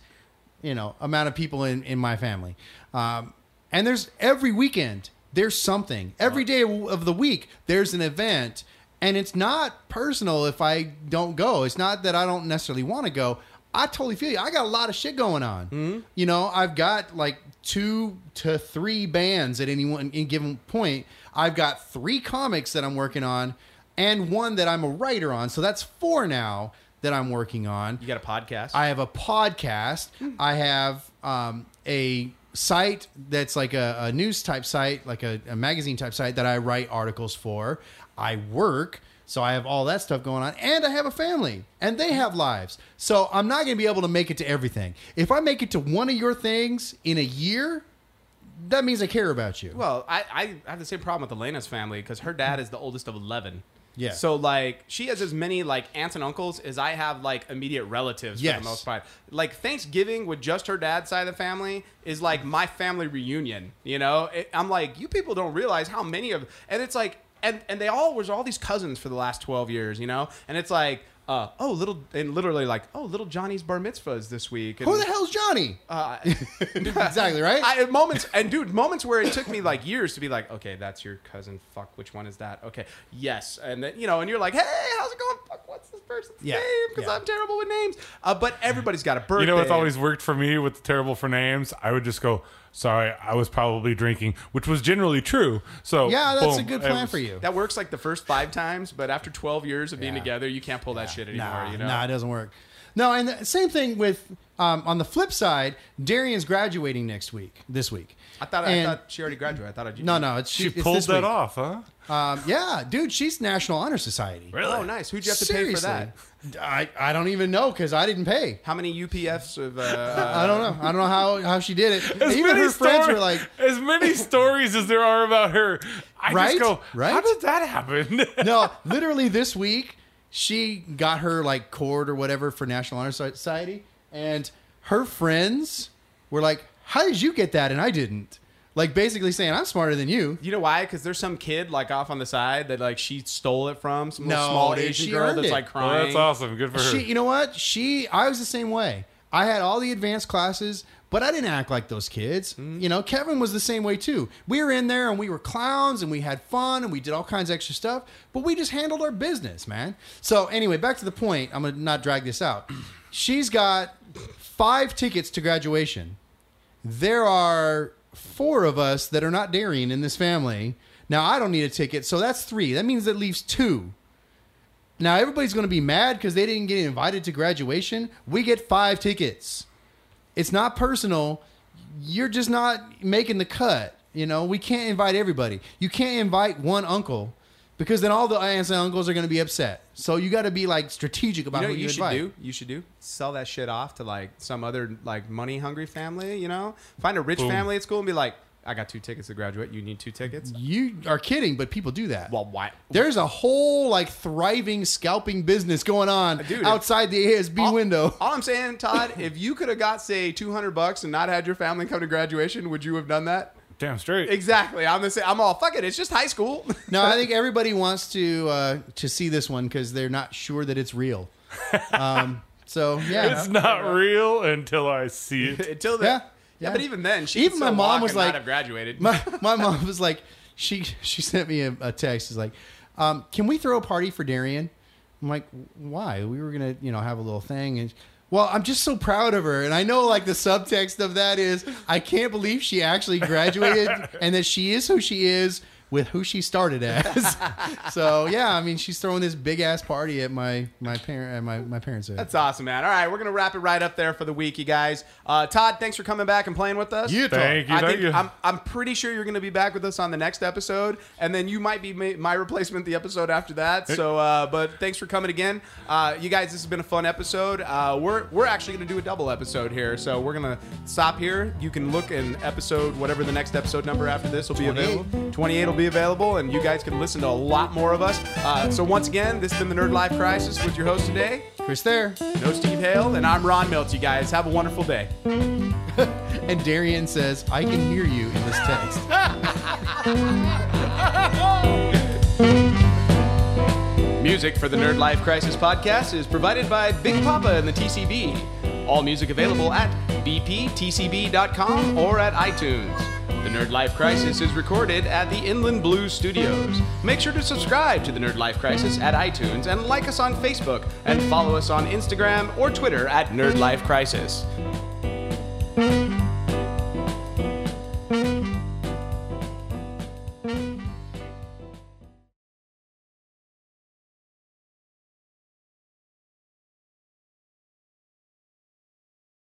D: you know, amount of people in in my family, um, and there's every weekend there's something. Every day of the week there's an event, and it's not personal if I don't go. It's not that I don't necessarily want to go. I totally feel you. I got a lot of shit going on. You know, I've got like two to three bands at any one any given point. I've got three comics that I'm working on, and one that I'm a writer on. So that's four now that I'm working on.
B: you got a podcast.
D: I have a podcast. I have um, a site that's like a, a news type site, like a, a magazine type site that I write articles for. I work, so I have all that stuff going on, and I have a family, and they have lives. So I'm not going to be able to make it to everything. If I make it to one of your things in a year, that means I care about you.
B: well, I, I have the same problem with Elena's family because her dad is the oldest of eleven.
D: Yeah.
B: So like she has as many like aunts and uncles as I have like immediate relatives for
D: Yes.
B: the most part. Like Thanksgiving with just her dad's side of the family is like my family reunion. You know, it, I'm like you people don't realize how many of and it's like and and they all was all these cousins for the last 12 years. You know, and it's like. Uh, oh, little and literally like oh, little Johnny's bar mitzvah is this week. And
D: Who the hell's Johnny? Uh, exactly right.
B: I, at moments and dude, moments where it took me like years to be like, okay, that's your cousin. Fuck, which one is that? Okay, yes, and then you know, and you're like, hey, how's it going? Fuck, what's this person's
D: Yeah,
B: name? Because
D: yeah.
B: I'm terrible with names. Uh, but everybody's got a birthday.
C: You know what's always worked for me with the terrible for names? I would just go, sorry, I was probably drinking, which was generally true. So
D: yeah, that's a
C: boom,
D: good
C: it
D: plan
C: was-
D: for you.
B: that works like the first five times, but after 12 years of being
D: Yeah.
B: together, you can't pull that shit anymore.
D: Nah,
B: you know,
D: nah, it doesn't work. No, and the same thing with um, on the flip side, Darian's graduating next week. This week,
B: I thought I
D: And-
B: thought she already graduated. I thought I
D: No, no, it's
C: She
D: it's
C: pulled
D: this
C: that
D: week.
C: off, huh?
D: Um, yeah, dude, she's National Honor Society.
C: Really?
B: Oh, nice. Who'd you have to pay for
D: Seriously.
B: that?
D: I, I don't even know because I didn't pay.
B: How many UPFs of? Uh,
D: I don't know. I don't know how, how she did it.
C: As
D: even
C: many
D: her friends
C: stor-
D: were like,
C: as many stories as there are about her. I
D: Right?
C: just go, how
D: Right?
C: did that happen?
D: no, literally this week, she got her like cord or whatever for National Honor Society, and her friends were like, "How did you get that?" And I didn't. Like basically saying, "I'm smarter than you."
B: You know why? Because there's some kid like off on the side that like she stole it from some little
D: No,
B: small
D: dude,
B: Asian
D: she
B: girl
D: earned
B: that's
D: it.
B: like
C: well,
B: crying.
C: that's awesome. Good for her.
D: She, you know what? She, I was the same way. I had all the advanced classes, but I didn't act like those kids. You know, Kevin was the same way too. We were in there and we were clowns and we had fun and we did all kinds of extra stuff, but we just handled our business, man. So anyway, back to the point. I'm gonna not drag this out. She's got five tickets to graduation. There are four of us that are not daring in this family. Now I don't need a ticket, so that's three. That means that leaves two. Now everybody's going to be mad because they didn't get invited to graduation. We get five tickets. It's not personal. You're just not making the cut. You know, we can't invite everybody. You can't invite one uncle because then all the aunts and uncles are going to be upset. So you got to be like strategic about
B: You know
D: who
B: what
D: you,
B: you, should
D: invite.
B: do? You should do sell that shit off to like some other like money hungry family. You know, find a rich
C: Boom.
B: family at school and be like, I got two tickets to graduate. You need two tickets.
D: You are kidding, but people do that.
B: Well, why?
D: There's a whole like thriving scalping business going on
B: Dude, if-
D: outside the ASB
B: all,
D: window.
B: All I'm saying, Todd, if you could have got say 200 bucks and not had your family come to graduation, would you have done that?
C: Damn straight.
B: Exactly. I'm the same. I'm all fuck it. It's just high school.
D: No, I think everybody wants to uh, to see this one because they're not sure that it's real. Um, so yeah,
C: It's not real until I see it.
B: Until then.
D: Yeah,
B: Yeah.
D: yeah.
B: But even then, she
D: Even my mom was like-
B: not have graduated.
D: my my mom was like, she she sent me a, a text. Is like, um, can we throw a party for Darian? I'm like, why? We were gonna you know have a little thing and. Well, I'm just so proud of her, and I know like the subtext of that is I can't believe she actually graduated and that she is who she is with who she started as. so yeah, I mean she's throwing this big ass party at my my parent at my my parents. house.
B: That's awesome, man. All right, we're gonna wrap it right up there for the week, you guys. Uh, Todd, thanks for coming back and playing with us.
D: You
C: Thank you.
B: I
C: thank
B: think
C: you.
B: I'm, I'm pretty sure you're going to be back with us on the next episode, and then you might be ma- my replacement the episode after that. So, uh, but thanks for coming again, uh, you guys. This has been a fun episode. Uh, we're we're actually going to do a double episode here, so we're going to stop here. You can look in episode whatever the next episode number after this will be available. Twenty eight will be available, and you guys can listen to a lot more of us. Uh, so once again, this has been the Nerd Life Crisis with your host today,
D: Chris there.
B: No Steve Hale, and I'm Ron Miltz. You guys have a wonderful day.
D: And Darian says, I can hear you in this text.
B: Music for the Nerd Life Crisis podcast is provided by Big Papa and the TCB. All music available at bptcb.com or at iTunes. The Nerd Life Crisis is recorded at the Inland Blues Studios. Make sure to subscribe to the Nerd Life Crisis at iTunes and like us on Facebook and follow us on Instagram or Twitter at Nerd Life Crisis.